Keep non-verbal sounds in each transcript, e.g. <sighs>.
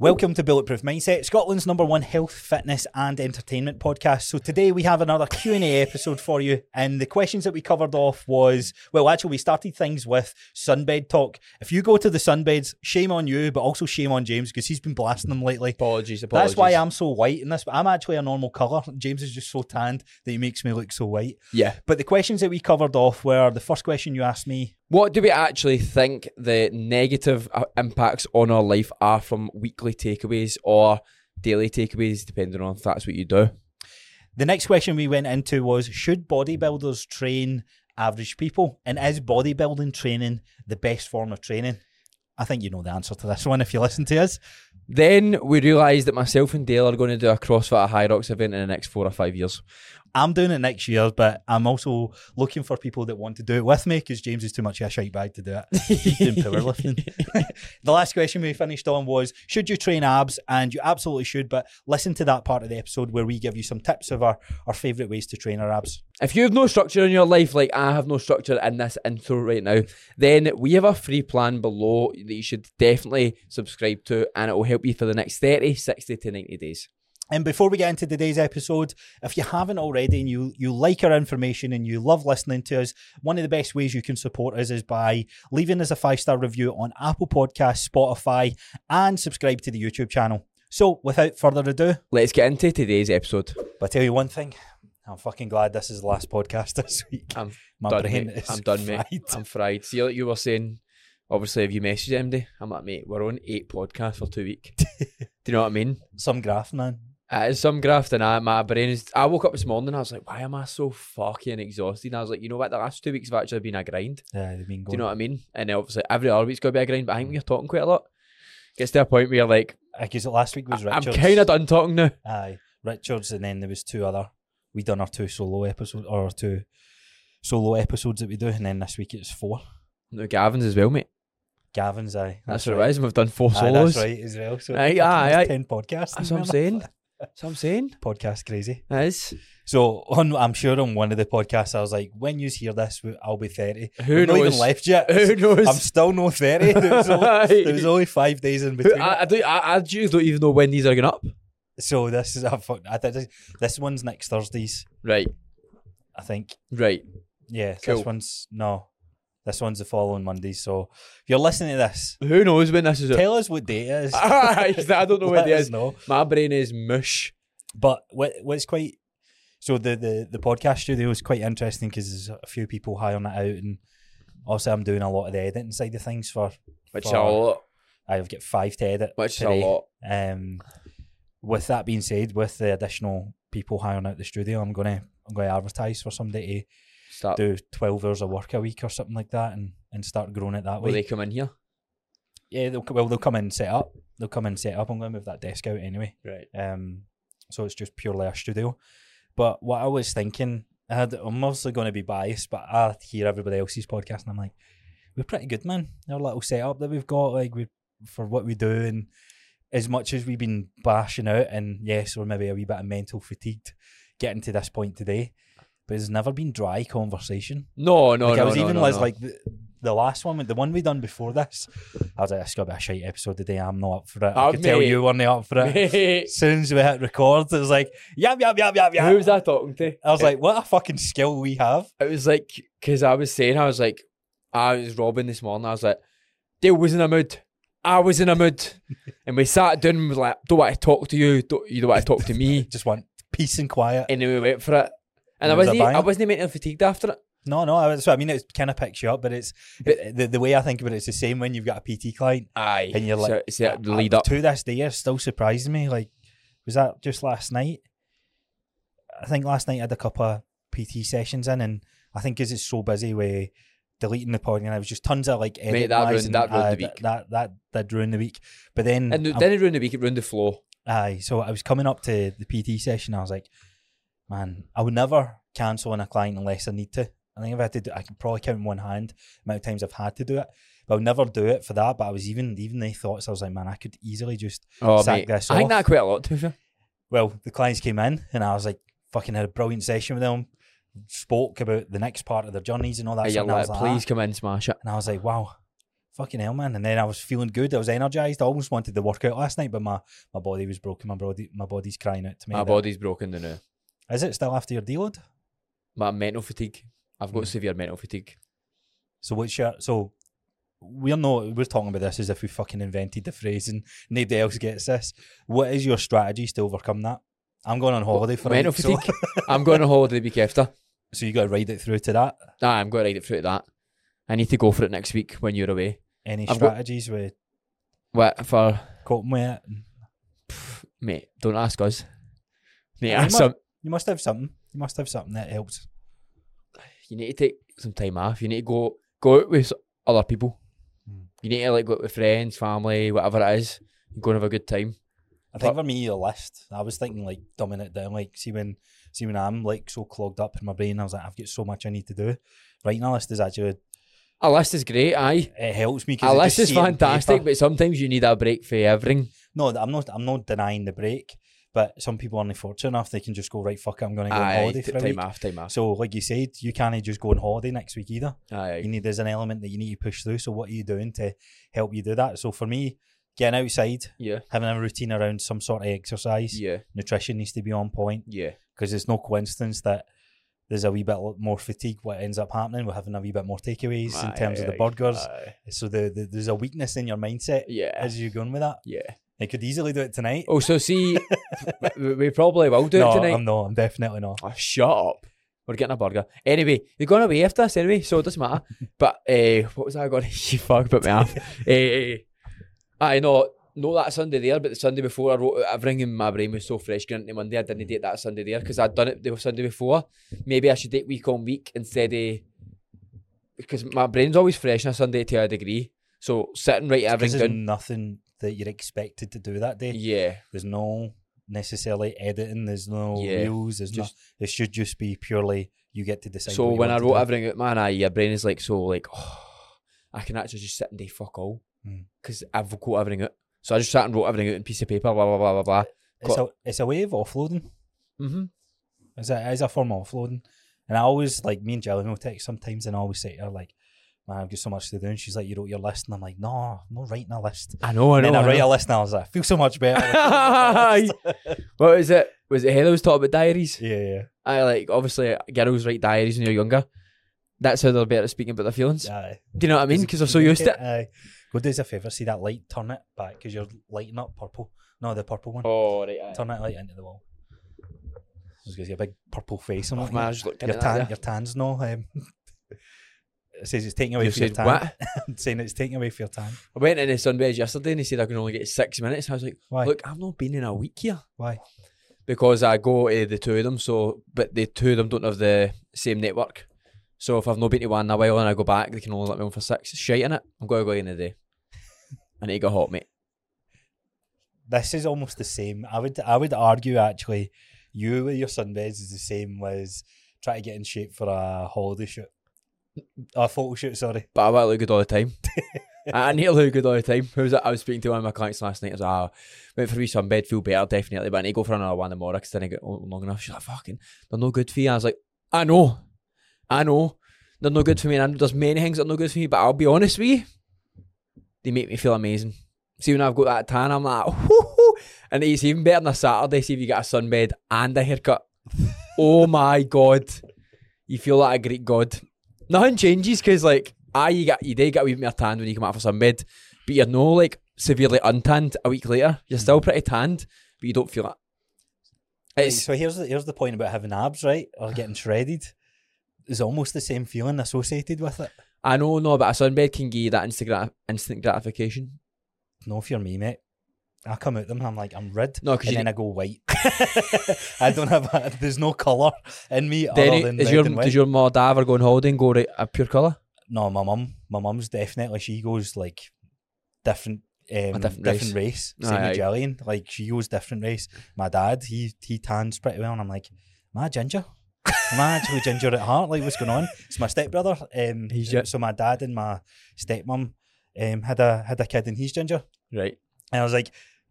Welcome to Bulletproof Mindset, Scotland's number one health, fitness and entertainment podcast. So today we have another Q&A episode for you and the questions that we covered off was, well actually we started things with sunbed talk. If you go to the sunbeds, shame on you but also shame on James because he's been blasting them lately. Apologies, apologies. That's why I'm so white in this, but I'm actually a normal colour. James is just so tanned that he makes me look so white. Yeah. But the questions that we covered off were the first question you asked me What do we actually think the negative uh, impacts on our life are from weekly takeaways or daily takeaways, depending on if that's what you do? The next question we went into was Should bodybuilders train average people? And is bodybuilding training the best form of training? I think you know the answer to this <laughs> one if you listen to us. Then we realised that myself and Dale are going to do a CrossFit at High Rocks event in the next four or five years. I'm doing it next year, but I'm also looking for people that want to do it with me because James is too much of a shite bag to do it. <laughs> He's doing powerlifting. <laughs> the last question we finished on was Should you train abs? And you absolutely should, but listen to that part of the episode where we give you some tips of our, our favourite ways to train our abs. If you have no structure in your life, like I have no structure in this intro right now, then we have a free plan below that you should definitely subscribe to and it will help you for the next 30, 60 to 90 days. And before we get into today's episode, if you haven't already and you, you like our information and you love listening to us, one of the best ways you can support us is by leaving us a five star review on Apple Podcasts, Spotify, and subscribe to the YouTube channel. So without further ado, Let's get into today's episode. but I tell you one thing, I'm fucking glad this is the last podcast <laughs> this week. I'm My done, brain mate. is I'm done, mate. fried. I'm fried. See, like you were saying, obviously, if you message MD, I'm like, mate, we're on eight podcasts for <laughs> two weeks. Do you know what I mean? Some graph, man. It is some graft, and I, my brain is. I woke up this morning, I was like, why am I so fucking exhausted? And I was like, you know what? The last two weeks have actually been a grind. Yeah, they've been Do you going. know what I mean? And then obviously, every other week's got to be a grind, but I think we're talking quite a lot. Gets to a point where you're like, Because last week was I'm Richards. kind of done talking now. Aye, Richards, and then there was two other. We done our two solo episodes or our two solo episodes that we do, and then this week it's four. No, Gavin's as well, mate. Gavin's aye. That's, right. what it is. and We've done four Aye, solos. that's right as well. So Aye, fucking aye, that's aye. ten podcasts. That's what I'm remember? <laughs> saying. That's what I'm saying. Podcast crazy. That is. So on, I'm sure on one of the podcasts, I was like, "When you hear this, we- I'll be 30. Who We've Not even knows? left yet. Who knows? I'm still no 30. <laughs> There was, only, there <laughs> was only five days in between. I, I, don't, I, I just don't even know when these are going up. it. So this is I've, fuck- I, did- this one's next Thursday's, Right, I think. right. Yeah, Cool. this one's no. This one's the following Monday. So if you're listening to this, Who knows when this is? up? tell us what day <laughs> it is. I don't <laughs> know Let when it us is. know. My brain is mush. But what what's quite so the the, the podcast studio is quite interesting because there's a few people hiring it out, and also I'm doing a lot of the editing side of things for. Which is Fuck. a lot. I've got five to edit. Which is a today. lot. Um, with that being said, with the additional people hiring out the studio, I'm gonna I'm gonna advertise for somebody Start. to do twelve hours of work a week or something like that, and and start growing it that Will way. they come in here? yeah, they'll, well they'll come in and set up. They'll come in and set up. I'm gonna move that desk out anyway. Right. Um, so it's just purely a studio. But what I was thinking, I had, I'm obviously going to be biased, but I hear everybody else's podcast and I'm like, we're pretty good, man. Our little setup that we've got, like we for what we do, and as much as we've been bashing out, and yes, we're maybe a wee bit of mental fatigued getting to this point today, but it's never been dry conversation. No, no, Like, Oh, no. I was no, even no, like, <laughs> no. like the, the last one, the one we done before this, I was like, it's got to be a shite episode today. I'm not up for it. I Oh, could tell mate. you weren't up for <laughs> it Mate, as soon as we hit record, it was like, yap, yap, yap, yap, yap. Who was I talking to? I was like, what a fucking skill we have. It was like, because I was saying, I was like, I was robbing this morning. I was like, Dale was in a mood. I was in a mood. <laughs> and we sat down and was like, don't want to talk to you. Don't, you don't want to talk <laughs> to me. Just want peace and quiet. and then we went for it. And And I it was a wasn't, even- I banger. wasn't mentally fatigued after it. No, no, I- that's what I mean. It kind of picks you up, but it's But- the, the way I think about it, it's the same when you've got a PT client Aye. and you're like, so, so the lead up. to this day, it's still surprising me. Like, was that just last night? I think last night I had a couple of PT sessions in, and I think because it's so busy with deleting the pod, and I was just tons of like, edit that wise ruined- and, that ruined uh, the th- week. That, that, that ruined the week. But then And I'm- then it ruined the week, it ruined the flow. Aye, so I was coming up to the PT session. I was like, man, I would never cancel on a client unless I need to. I think I've had to do. I can probably count in one hand the amount of times I've had to do it, but I'll never do it for that. But I was even even the thoughts. I was like, man, I could easily just. Oh, Sack mate. I this think off. that quite a lot, to be fair. Well, the clients came in, and I was like, fucking had a brilliant session with them. Spoke about the next part of their journeys and all that. And stuff, and you're I like, was like, "Ah." please come in, smash it. and I was like, wow, fucking hell, man. And then I was feeling good. I was energized. I almost wanted the workout last night, but my, my body was broken. My body my body's crying out to me. My that- body's broken down now. Is it still after your deload? My mental fatigue. I've got Mm. severe mental fatigue. So what's your so we're not we're talking about this as if we fucking invented the phrase and nobody else gets this. What is your strategies to overcome that? I'm going on holiday for mental a week, so- <laughs> fatigue. I'm going on holiday the week after. so you got to ride it through to that. Nah, I'm going to ride it through to that. I need to go for it next week when you're away. Any I've got- strategies with What for, coping with it? mate? Don't ask us. Mate, You ask must- some, You must have something. You must have something that helps. you need to take some time off. You need to go go out with s- other people. Mm. You need to like go out with friends, family, whatever it is. Go and have a good time. I think But- for me, the list. I was thinking like dumbing it down. Like, see when, see when I'm like so clogged up in my brain, I was like, I've got so much I need to do. Writing a list is actually A list is great, aye. it helps me. 'cause A I list just is see it on fantastic, paper. but sometimes you need a break for everything. No, I'm not. I'm not denying the break. But some people aren't fortunate enough. They can just go right. Fuck it. I'm going to go on Aye, holiday t- for a time week. off, time off. So, like you said, you can't just go on holiday next week either. Aye, You need there's an element that you need to push through. So, what are you doing to help you do that? So, for me, getting outside, yeah, having a routine around some sort of exercise, yeah, nutrition needs to be on point. yeah. because it's no coincidence that there's a wee bit lo- more fatigue. What ends up happening, we're having a wee bit more takeaways in terms of the Aye, burgers. aye. So the, the, there's a weakness in your mindset Yeah, as you're going with that. yeah. They could easily do it tonight. <laughs> Oh, <laughs> so see, we, we probably will do no, it tonight. I'm not. I'm definitely not. Oh, shut up. We're getting a burger. Anyway, they're going away after this anyway, so it doesn't matter. But uh, what was I going to <laughs> You fuck bit me off. uh, I know, no that Sunday there, but the Sunday before I wrote out everything in my brain was so fresh going into Monday. I didn't date that Sunday there because I'd done it the Sunday before. Maybe I should date week on week instead of because my brain's always fresh on a Sunday to a degree. So sitting right Because everything there's down. nothing that you're expected to do that day. Yeah, There's no necessarily editing. There's no Yeah, reels. There's just- no. It should just be purely you get to decide. So what you when I want to wrote do. everything out, man, I your brain is like so like <sighs> I can actually just sit and do fuck all Mm. because I've got everything out. So I just sat and wrote everything out in a piece of paper, blah blah blah blah blah. it's a it's a way of offloading. Mm-hmm. It's a, it's a form of offloading. And I always, like, me and Jillian will text sometimes, and I always say to her, like, man, I've got so much to do. And she's like, you wrote your list. And I'm like, no, I'm not writing a list. I know, I And know. then I I write a know. list, and I was like, I feel so much <laughs> better. <laughs> what was it? Was it Heather was talking about diaries? yeah, yeah. I like obviously girls write diaries when they're younger. That's how they're better at speaking about their feelings. Aye. Do you know what I mean? Because they're so used to it. Aye. Go do us a favour, see that light, turn it back, because you're lighting up purple. No, the purple one. <laughs> Oh right, aye. Turn that light into the wall. I was going to get a big purple face. I'm Oh, like, man, I just looked at your, it. tan, there. your tan's no. Um, <laughs> it says it's taking away You from your said tan. what? <laughs> saying it's taking away from your tan. I went in the sunbeds yesterday and they said I can only get six minutes. I was like, Why? look, I've not been in a week here. Why? because I go to the two of them. So, but the two of them don't have the same network. So if I've not been to one in a while and I go back, they can only let me on for six. It's Shite in it. I'm going to go in the day. I need to get hot, mate. this is almost the same. I would I would argue actually, you with your sunbeds is the same as try to get in shape for a holiday shoot, a photo shoot. Sorry, But I want to look good all the <laughs> time. I I need to look good all the time. Who was it? I was speaking to one of my clients last night. I was like, ah, went for a wee sunbed, feel better, definitely. But I need to go for another one tomorrow because then I get on long enough. She's like, fucking, they're no good for you. I was like, I know. I know. They're no good for me. And I know there's many things that are no good for me, but I'll be honest with you. They make me feel amazing. See, when I've got that tan, I'm like, whoo, whoo. And it's even better on a Saturday. See if you get a sunbed and a haircut. <laughs> oh my God. You feel like a Greek god nothing changes because like aye you get you do get a wee bit more tanned when you come out for sunbed but you're no like severely untanned a week later you're still pretty tanned but you don't feel it Right, it's so here's the, here's the point about having abs, right, or <sighs> getting shredded. Is almost the same feeling associated with it. I know no but a sunbed can give you that instant, grat- instant gratification No, if you're me, mate, I come out them and I'm like I'm red, no because and you then I go white. <laughs> I don't have a, there's no color in me then other it- than is red your, and white. does your mod ever go on holiday and go right a pure colour no, my mum, my mum's definitely she goes like different, um, different different, race. race. Same Aye, aye. with Jillian, like she goes different race. My dad, he he tans pretty well, and I'm like, am I ginger? Am I actually ginger at heart? Like, what's going on? It's my stepbrother. Um, He's gi- so my dad and my stepmom um, had a had a kid, and he's ginger. right And I was like,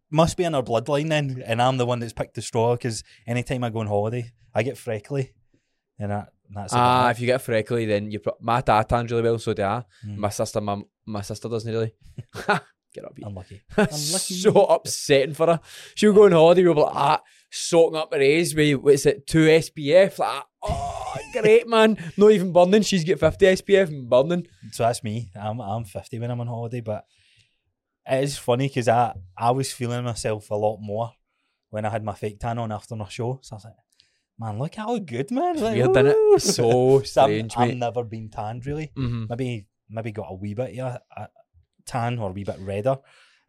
must be in our bloodline then. And I'm the one that's picked the straw because anytime I go on holiday, I get freckly. And I, And that's Ah, about if you get a freckly, then you. Pro- my dad tans really well, so do I. it. Mm, My sister, my my sister <laughs> doesn't really. get up, you. unlucky. <laughs> Unlucky. so upsetting for her. She'll go on holiday, we'll be like, ah, soaking up her A's with, what's it, 2 SPF? Like, oh, great, man. Not even burning. She's got 50 SPF and burning. So that's me. I'm I'm 50 when I'm on holiday, but it is funny because I I was feeling myself a lot more when I had my fake tan on after my show. So I was like, man, look how good, man. Like, Weird, innit? "Woo." <laughs> So So I'm- strange, I've mate. never been tanned really. hmm Maybe maybe got a wee bit of a, a tan or a wee bit redder.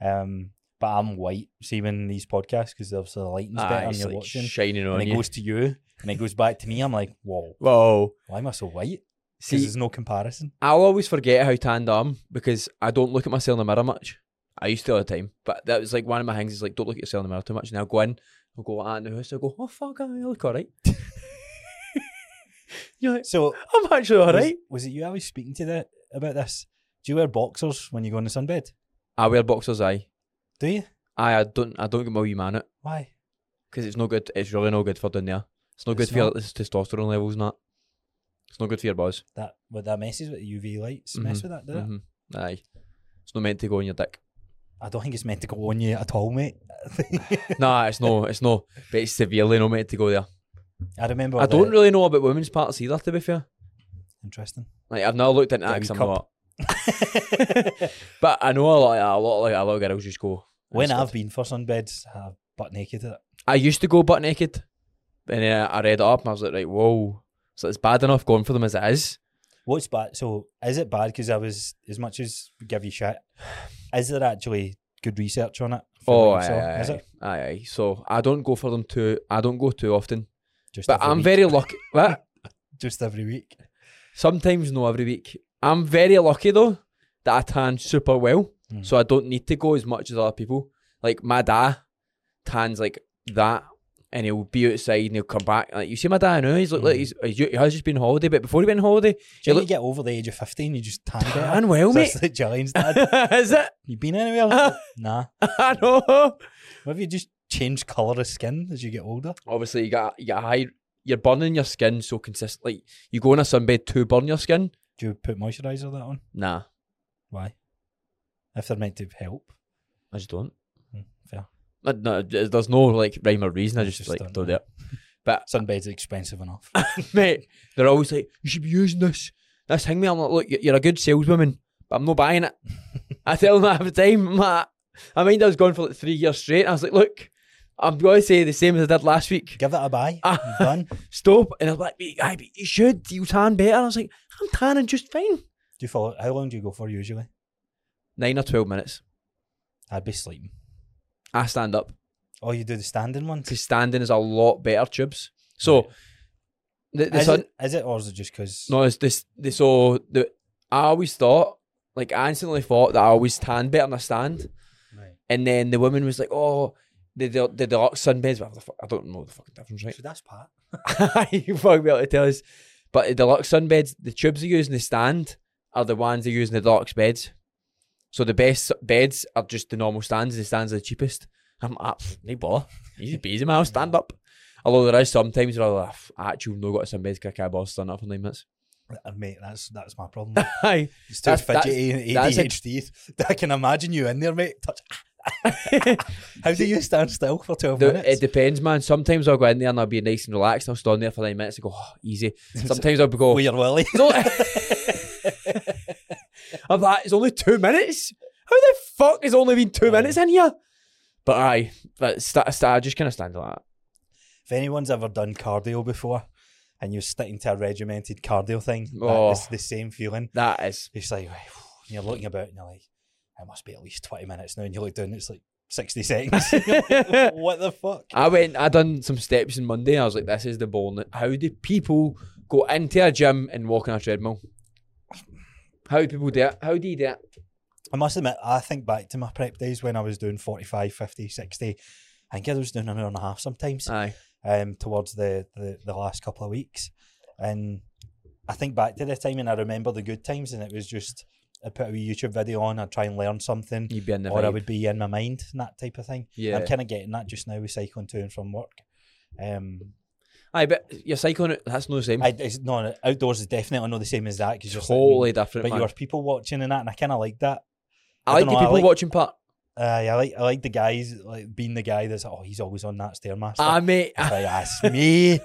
Um, but I'm white. See when these podcasts because obviously the lighting's Ah, better and it's you're like watching. shining and on it you. goes to you and it goes back to me. I'm like, whoa, Whoa. why am I so white? Because See, there's no comparison. I'll always forget how tanned I am because I don't look at myself in the mirror much. I used to all the time, but that was like one of my things is like, don't look at yourself in the mirror too much. And I'll go in, I'll go out in the house, I'll go, oh, fuck, I look all <laughs> right. You're like, So I'm actually all was- right. Was, it you I was speaking to that about this? Do you wear boxers when you go in the sunbed? I wear boxers, aye. Do you? Aye, I don't, I don't get my wee man it Why? because it's no good. It's really no good for down there. It's no It's good for your it's testosterone levels, not. It's no good for your buzz. That what that messes with the UV lights. Mess with that, does it? Mhm. Aye, it's not meant to go in your dick. I don't think it's meant to go on you at all, mate. nah, it's no, it's no. But it's severely not meant to go there. I remember. I the- don't really know about women's parts either. To be fair, <laughs> Interesting. <laughs> like I've never looked into Yeah, that wee 'cause I'm cup. not. But I know a lot, a lot, like a lot of girls just go. when "That's I've good." been for sunbeds, I've butt naked at it. I used to go butt naked, and then I I read it up and I was like, right, whoa. So it's bad enough going for them as it is. What's bad? So is it bad? Because I was as much as we give you shit. Is there actually good research on it? from Oh, what you aye, saw? aye, is aye. it? aye, aye. So I don't go for them too. I don't go too often. Just But every I'm week? very <laughs> lucky. what? just every week. Sometimes no, every week. I'm very lucky though that I tan super well, Mm. so I don't need to go as much as other people. Like my dad tans like that, and he'll be outside and he'll come back. Like you see my dad now, he's look like Mm. he's, he's he has just been on holiday, but before he went on holiday, Do you, look- you get over the age of fifteen, you just tan better. tan well, So mate. That's like Jillian's <laughs> dad. Is it? You been anywhere? nah. I know. What if you just change colour of skin as you get older? Obviously, you got you got high. You're burning your skin so consistently. Like you go on a sunbed to burn your skin. Do you put moisturiser that on? Nah, Why? If they're meant to help. I just don't. Mm, Fair. Uh, No, th- there's no like rhyme or reason. I I just, just like don't don't do know. it. But Sunbed's expensive <laughs> enough. mate, they're always like, you should be using this. This thing, mate. I'm like, look, y- you're a good saleswoman, but I'm not buying it. I tell them half the time. I'm like, I mean, I was going for like three years straight. I was like, look, I'm going to say the same as I did last week. Give it a <laughs> buy. Ah. You've done. Do Stop. And I was like, mate, aye, but you should. You tan better. I was like, I'm tanning just fine. you follow how long do you go for usually? Nine or twelve minutes. I'd be sleeping. I stand up Oh, you do the standing one? because standing is a lot better. Tubes. So the, the Is, sun. it, is it or is it just because No, it's this. this so the I always thought, like, I instantly thought that I always stand better than I stand. And then the woman was like, "Oh, the the, the deluxe sunbeds. Whatever the fuck, I don't know the fucking difference, So that's part. right? <laughs> you fucking be able to tell us. But the deluxe sunbeds, the tubes they use in the stand are the ones they use in the deluxe beds. So the best beds are just the normal stands, and the stands are the cheapest. I'm like, ah, pff, no bother. You just be easy, man. I'll stand up. Although there is sometimes where I'm like, "Ah, "Pff, I actually no got some beds, I can't bother standing up for nine minutes. Uh, Mate, that's that's my problem. <laughs> Aye. It's too That's- that's- fidgety and that's a- ADHD. <laughs> I can imagine you in there, mate. <laughs> Touch. <laughs> How do you stand still for 12 The- minutes? it depends, man. Sometimes I'll go in there and I'll be nice and relaxed. And I'll stand there for nine minutes and go, oh, <laughs> easy. Sometimes I'll be go, With your willy. "No." <laughs> I'm like, it's only two minutes? How the fuck has only been two Aye. minutes in here? But aye, but sta sta- I just kind of stand like that. If anyone's ever done cardio before and you're sticking to a regimented cardio thing, Oh. it's the same feeling. That is. It's like, <sighs> and you're looking about and you're like, it must be at least 20 minutes now. And you look down, it's like 60 seconds. <laughs> what the fuck? I went, I done some steps on Monday. And I was like, this is the ball. How do people go into a gym and walk on a treadmill? How do people do it? How do you do it? I must admit, I think back to my prep days when I was doing 45, 50, 60. I think I was doing an hour and a half sometimes. Aye. um, towards the, the, the last couple of weeks. And I think back to the time and I remember the good times and it was just I put a wee YouTube video on, I'd try and learn something You'd be in the or I vibe. would be in my mind and that type of thing. yeah. I'm kind of getting that just now with cycling to and from work. Um, Aye, but you're cycling it. That's no the same. I, it's, no, outdoors is definitely not the same as that because you're totally sitting, different. but man. you're people watching and that, and I kind of like that. I like dunno, the I people like- watching part. Uh, I like I like the guys like being the guy that's oh he's always on that stairmaster. Ah, mate. If I ask <laughs> me, <laughs> it's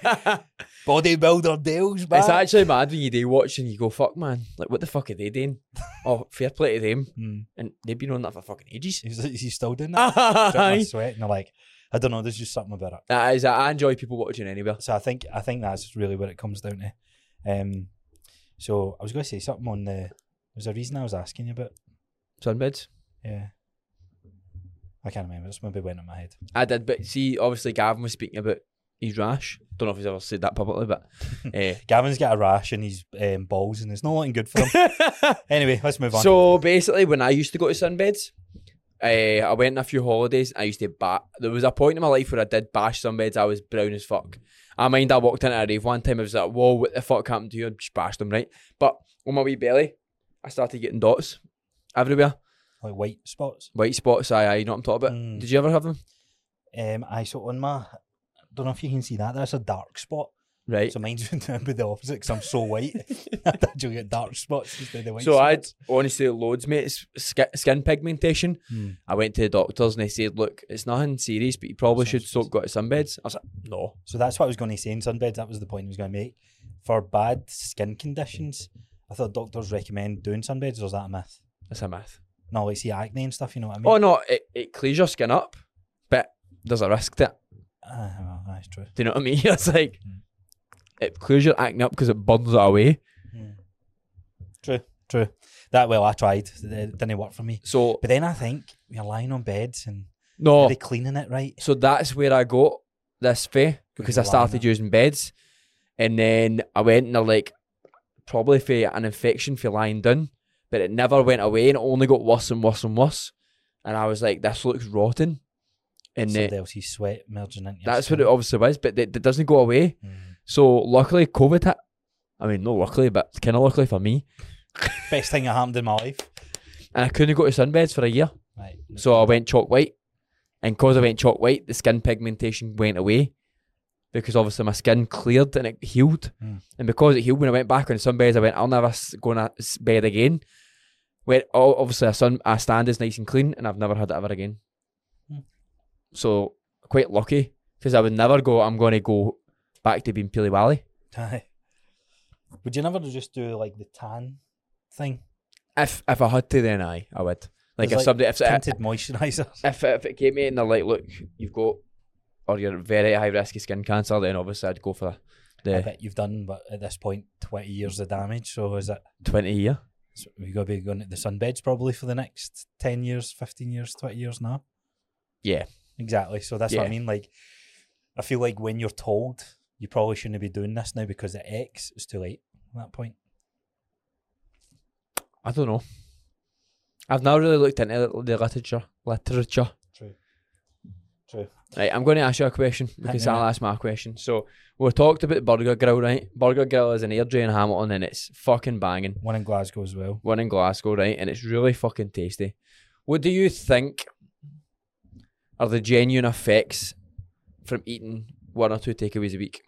bodybuilder Dale's back. actually mad when you do watch and you go, fuck, man. Like, what the fuck are they doing? oh, fair play to them. Hmm. And they've been on that for fucking <laughs> ages. Is, is he still doing <laughs> that? Dripping Aye. with sweat, and they're like, I don't know. There's just something about it. That is, I enjoy people watching anywhere. So I think I think that's really what it comes down to. Um, so I was going to say something on the. There's a reason I was asking you about. Sunbeds. Yeah, I can't remember. It's maybe went in my head. I did, but see, obviously, Gavin was speaking about his rash. Don't know if he's ever said that publicly, but. eh. Gavin's got a rash in his um, balls, and it's not looking good for him. <laughs> anyway, let's move on. So basically, when I used to go to sunbeds, uh, I went on a few holidays. I used to bat. There was a point in my life where I did bash sunbeds. I was brown as fuck. I mind I walked into a rave one time. I was like, "Whoa, what the fuck happened to you?" I just bashed them right. But on my wee belly, I started getting dots everywhere, like white spots. white spots. Aye, aye, you know what I'm talking about. Mm. Did you ever have them? Um, I so on my. Don't know if you can see that. That's a dark spot. Right. So mine's <laughs> be the opposite because I'm so white. <laughs> I actually get dark spots instead of the white So I'd spots. honestly loads, mate. It's sk- skin pigmentation. Hmm. I went to the doctors and they said, "Look, it's nothing serious, but you probably should Sounds stop going to sunbeds." I was like, "No." So that's what I was going to say in sunbeds. That was the point I was going to make. For bad skin conditions, I thought doctors recommend doing sunbeds, or is that a myth? That's a myth. No, like see acne and stuff, you know what I mean? Oh no, it, it clears your skin up, but there's a risk to it. Ah, well, that's true. Do you know what I mean? <laughs> It's like Hmm. it clears your acne up because it burns it away. True, true. That, well, I tried. It didn't work for me. So But then I think you're lying on beds and no, are they cleaning it right? so that's where I got this fee because I you're lying started there. using beds, and then I went and they're like probably for an infection for lying down, but it never went away and it only got worse and worse and worse, and I was like, this looks rotten, and uh, Somebody else's sweat merging into your that's what skin. it obviously was, but it, it doesn't go away. Mm. So luckily, COVID hit. I mean, not luckily, but kind of luckily for me. Best thing that happened in my life. And I couldn't go to sunbeds for a year. Right. <laughs> So I went chalk white. And because I went chalk white, the skin pigmentation went away. Because obviously my skin cleared and it healed. Mm. And because it healed, when I went back on sunbeds, I went, I'll never s- go on a s- bed again. Where o- obviously a, sun, a stand is nice and clean, and I've never had it ever again. Mm. So quite lucky. Because I would never go, I'm going to go back to being Pili Wally. Aye. Would you never just do like the tan thing? If if I had to, then I I would. Like It's if like somebody if if, Tinted moisturiser. if it came in and they're like, look, you've got or you're very high risk of skin cancer, then obviously I'd go for I the bet you've done, but at this point, 20 years of damage. So is it, twenty year. so we're going to be going to the sunbeds probably for the next 10 years, 15 years, 20 years now? Yeah. Exactly. So that's what I Yeah. mean. Like, I feel like when you're told you probably shouldn't be doing this now because the X is too late at that point. I don't know. I've now really looked into the- the literature. Literature. True. True. Right, I'm going to ask you a question because me, I'll mate. ask my question. So we talked about Burger Grill, right? Burger Grill is an airdrie in Hamilton, and it's fucking banging. One in Glasgow as well. one in Glasgow, right? And it's really fucking tasty. What do you think are the genuine effects from eating one or two takeaways a week?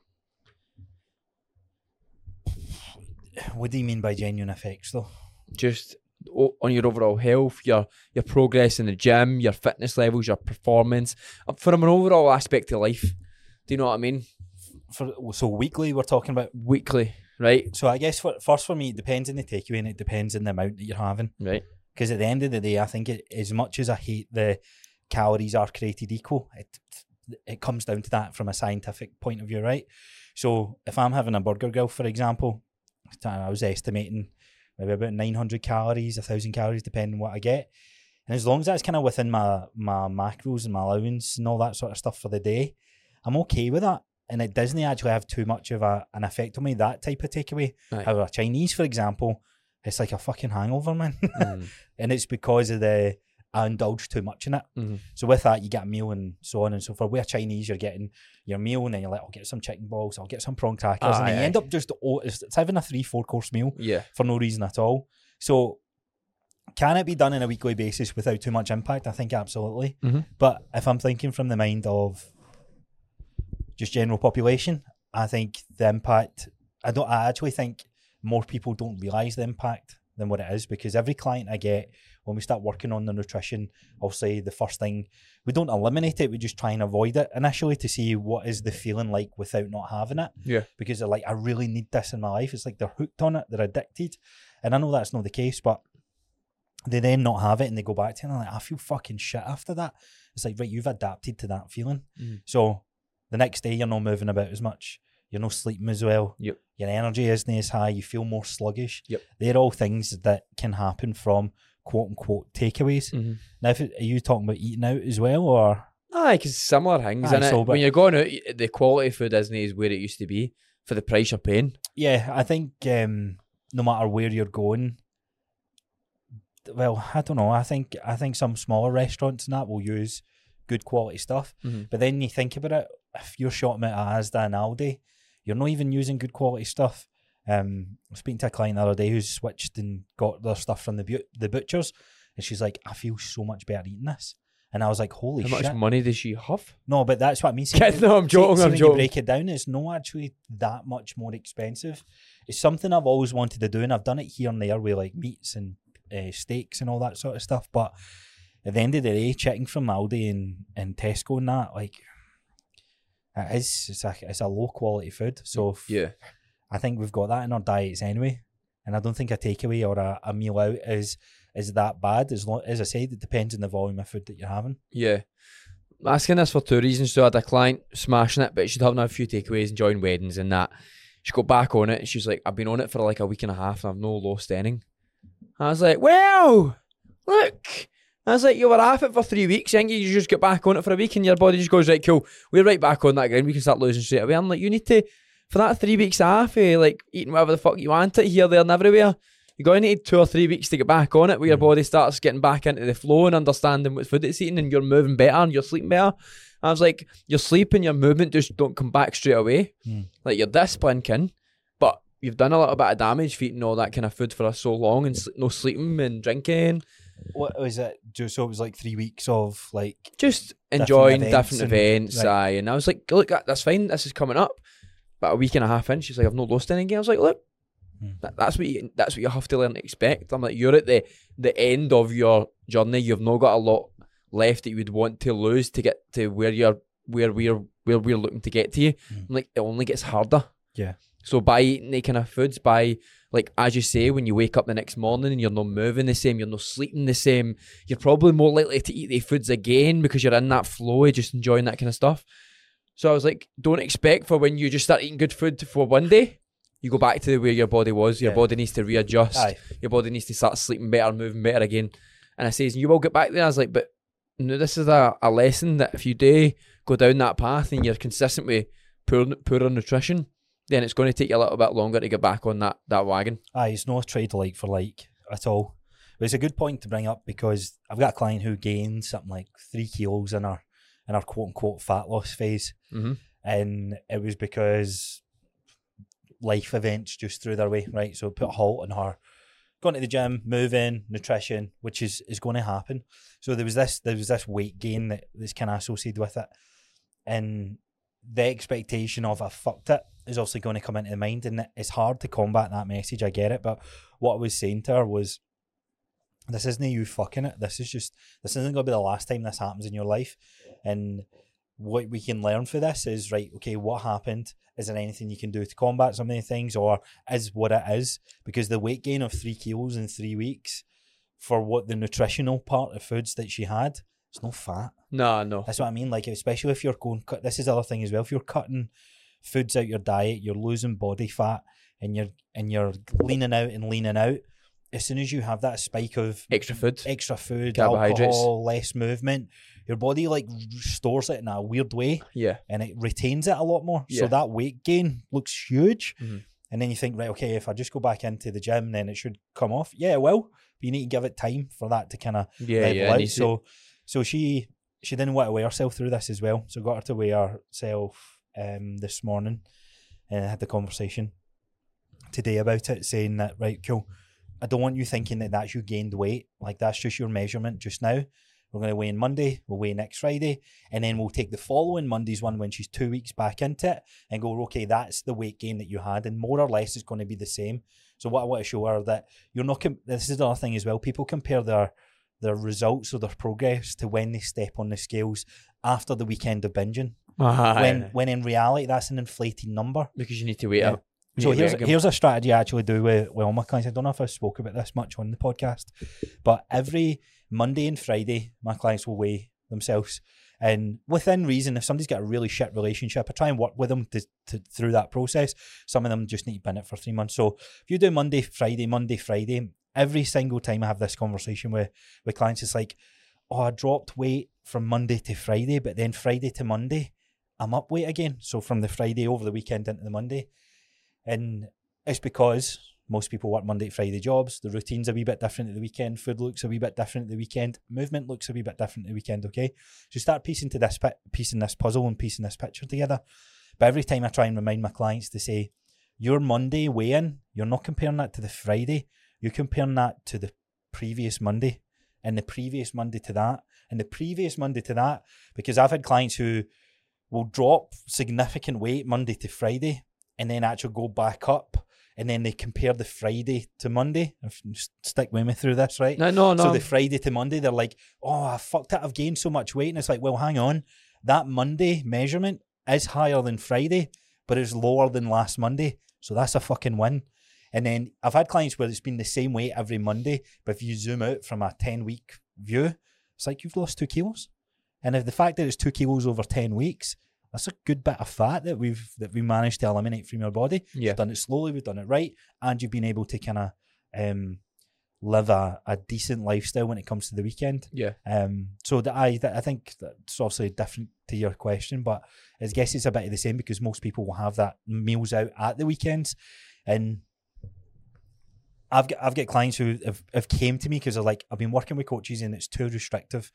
What do you mean by genuine effects though? Just o- on your overall health, your your progress in the gym, your fitness levels, your performance, uh, from an overall aspect of life. Do you know what I mean? For, so weekly, we're talking about. Weekly, right? So I guess for, first for me, it depends on the takeaway and it depends on the amount that you're having. Right. <laughs> Because at the end of the day, I think it, as much as I hate the calories are created equal, it it comes down to that from a scientific point of view, right? So if I'm having a burger grill, for example, I was estimating maybe about 900 calories, 1,000 calories, depending what I get. And as long as that's kind of within my, my macros and my allowance and all that sort of stuff for the day, I'm okay with that. And it doesn't actually have too much of a, an effect on me, that type of takeaway. Aye. However, Chinese, for example, it's like a fucking hangover, man <laughs> Mm, and it's because of the I indulge too much in it. mhm. So with that, you get a meal and so on and so forth. Where Chinese, you're getting your meal and then you're like, I'll get some chicken balls, I'll get some prawn crackers, and Aye, then you aye. end up just oh, it's, it's having a three four course meal Yeah. for no reason at all. So can it be done on a weekly basis without too much impact? I think absolutely. Mhm. But if I'm thinking from the mind of just general population, I think the impact. I don't. I actually think more people don't realize the impact than what it is because every client I get when we start working on the nutrition, I'll say the first thing we don't eliminate it. We just try and avoid it initially to see what is the feeling like without not having it. Yeah. Because they're like, I really need this in my life. It's like they're hooked on it. They're addicted, and I know that's not the case, but they then not have it and they go back to it and they're like, I feel fucking shit after that. It's like, right, you've adapted to that feeling. Mm. So the next day you're not moving about as much. You're not sleeping as well. Yep. Your energy isn't as high. You feel more sluggish. Yep. They're all things that can happen from quote unquote takeaways. Mm-hmm. Now, if it, are you talking about eating out as well or Aye, because similar things, Aye, innit? so, but- when you're going out, the quality of food isn't as where it used to be for the price you're paying. Yeah, I think um, no matter where you're going, well, I don't know. I think I think some smaller restaurants and that will use good quality stuff. Mhm. But then you think about it, if you're shopping at Asda and Aldi, you're not even using good quality stuff. Um, I was speaking to a client the other day who's switched and got their stuff from the but- the butchers, and she's like, "I feel so much better eating this." And I was like, "Holy How shit!" much money does she have? No, but that's what I <laughs> mean. See, Kidding, no, I'm See- joking, see I'm when You joking. break it down, it's not actually that much more expensive. It's something I've always wanted to do, and I've done it here and there with like meats and uh, steaks and all that sort of stuff. But at the end of the day, chicken from Aldi and, and Tesco and that, like, it is it's a it's a low quality food. So if- Yeah. I think we've got that in our diets anyway, and I don't think a takeaway or a, a meal out is is that bad. As long as I said, it depends on the volume of food that you're having. Yeah. I'm asking this for two reasons. So I had a client smashing it, but she'd having a few takeaways, enjoying weddings and that. She got back on it and she's like, I've been on it for like a week and a half and I've no lost any. I was like, Well, look. I was like, you were off it for three weeks, and you just get back on it for a week, and your body just goes, right, cool, we're right back on that ground, we can start losing straight away. I'm like, you need to, for that three weeks off, eh, like eating whatever the fuck you want it here, there, and everywhere, you're going to need two or three weeks to get back on it where your Mhm. body starts getting back into the flow and understanding what food it's eating, and you're moving better and you're sleeping better. I was like, your sleep and your movement just don't come back straight away. Mm. Like, your discipline can, but you've done a little bit of damage for eating all that kind of food for so long and sl- no sleeping and drinking. What was it? Ju- So it was like three weeks of like just enjoying events different events, and- right. aye. And I was like, look, that- that's fine. This is coming up. But a week and a half in, she's like, I've not lost any game. I was like, look, Hmm. that, that's what you, that's what you have to learn to expect. I'm like, you're at the the end of your journey. You've not got a lot left that you would want to lose to get to where you're where we're where we're looking to get to you. Hmm. I'm like, it only gets harder. Yeah. So by eating the kind of foods, by like as you say, when you wake up the next morning and you're not moving the same, you're not sleeping the same, you're probably more likely to eat the foods again because you're in that flow, of just enjoying that kind of stuff. So I was like, don't expect for when you just start eating good food for one day, you go back to the way your body was. Your Yeah. body needs to readjust. aye, Your body needs to start sleeping better, moving better again. And I says, you will get back there. I was like, but no, this is a, a lesson that if you do go down that path and you're consistent with poor, poorer nutrition, then it's going to take you a little bit longer to get back on that, that wagon. aye. It's not a trade like for like at all. But it's a good point to bring up because I've got a client who gained something like three kilos in our in our quote unquote fat loss phase, Mm-hmm. and it was because life events just threw their way. Right, so it put a halt on her going to the gym, moving, nutrition, which is is going to happen. So there was this there was this weight gain that that's kind of associated with it, and the expectation of I fucked it is obviously going to come into the mind, and it's hard to combat that message. I get it, but what I was saying to her was, this isn't you fucking it. This is just this isn't going to be the last time this happens in your life, and what we can learn for this is right. Okay, what happened? Is there anything you can do to combat some of the things, or is what it is? Because the weight gain of three kilos in three weeks, for what the nutritional part of foods that she had, it's no fat. No, no. That's what I mean. Like, especially if you're going, cut, this is the other thing as well. If you're cutting foods out your diet, you're losing body fat, and you're and you're leaning out and leaning out. As soon as you have that spike of Extra food. extra food, Carbohydrates. alcohol, less movement, your body like stores it in a weird way Yeah. and it retains it a lot more. Yeah. So that weight gain looks huge. Mhm. And then you think, right, okay, if I just go back into the gym, then it should come off. Yeah, it will. But you need to give it time for that to kind of Yeah, level yeah. and you out. see- So, so she she didn't want to weigh herself through this as well. So got her to weigh herself um, this morning, and I had the conversation today about it, saying that right, cool. I don't want you thinking that that's you gained weight. Like that's just your measurement just now. We're going to weigh in Monday. We'll weigh next Friday, and then we'll take the following Monday's one when she's two weeks back into it and go, okay, that's the weight gain that you had, and more or less it's going to be the same. So what I want to show her that you're not. Com- this is another thing as well. People compare their their results or their progress to when they step on the scales after the weekend of binging. when when in reality that's an inflated number. because you need to wait Yeah. up. You So need to here's wait up. here's a strategy I actually do with, with all my clients. I don't know if I spoke about this much on the podcast, but every Monday and Friday, my clients will weigh themselves. And within reason, if somebody's got a really shit relationship, I try and work with them to, to, through that process. Some of them just need to be in it for three months. So if you do Monday, Friday, Monday, Friday, every single time I have this conversation with, with clients, it's like, oh, I dropped weight from Monday to Friday, but then Friday to Monday, I'm up weight again. So from the Friday over the weekend into the Monday. And it's because most people work Monday to Friday jobs. The routine's a wee bit different at the weekend. Food looks a wee bit different at the weekend. Movement looks a wee bit different at the weekend. Okay, so start piecing to this pi- piecing this puzzle and piecing this picture together. But every time I try and remind my clients to say, your Monday weigh in, you're not comparing that to the Friday. You're comparing that to the previous Monday, and the previous Monday to that, and the previous Monday to that. Because I've had clients who will drop significant weight Monday to Friday, and then actually go back up and then they compare the Friday to Monday. If you s- stick with me through this, right? No, no, no. So the Friday to Monday, they're like, oh, I fucked it. I've gained so much weight. And it's like, well, hang on. That Monday measurement is higher than Friday, but it's lower than last Monday. So that's a fucking win. And then I've had clients where it's been the same weight every Monday, but if you zoom out from a 10 week view, it's like you've lost two kilos. And if the fact that it's two kilos over 10 weeks, that's a good bit of fat that we've that we managed to eliminate from your body. yeah. We've done it slowly, we've done it right, and you've been able to kind of um, live a, a decent lifestyle when it comes to the weekend. Yeah. Um, so that I that I think that's obviously different to your question, but I guess it's a bit of the same because most people will have that meals out at the weekends, and I've got I've got clients who have, have came to me because they're like I've been working with coaches and it's too restrictive.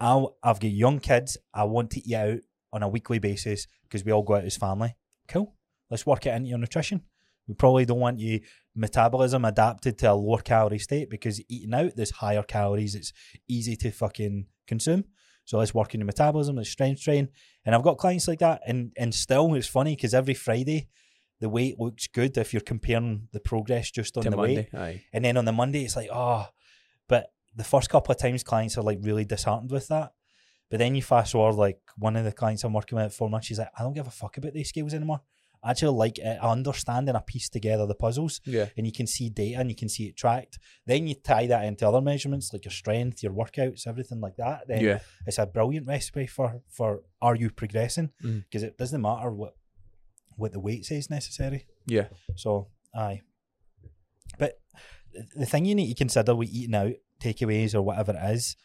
I I've got young kids. I want to eat out on a weekly basis because we all go out as family. Cool. Let's work it into your nutrition. We probably don't want you metabolism adapted to a lower calorie state because eating out there's higher calories. It's easy to fucking consume. So let's work on your metabolism, let's strength train. And I've got clients like that. And and still it's funny because every Friday the weight looks good if you're comparing the progress just on Till the weight. Monday. Aye. And then on the Monday, it's like, oh, but the first couple of times clients are like really disheartened with that. But then you fast forward, like one of the clients I'm working with for months, she's like, I don't give a fuck about these scales anymore. I actually like it. I understand and I piece together the puzzles Yeah. and you can see data and you can see it tracked. Then you tie that into other measurements like your strength, your workouts, everything like that. Then Yeah. it's a brilliant recipe for for are you progressing? Mm. Because it doesn't matter what what the weight says necessary. Yeah. So, aye. But th- the thing you need to consider with eating out, takeaways, or whatever it is,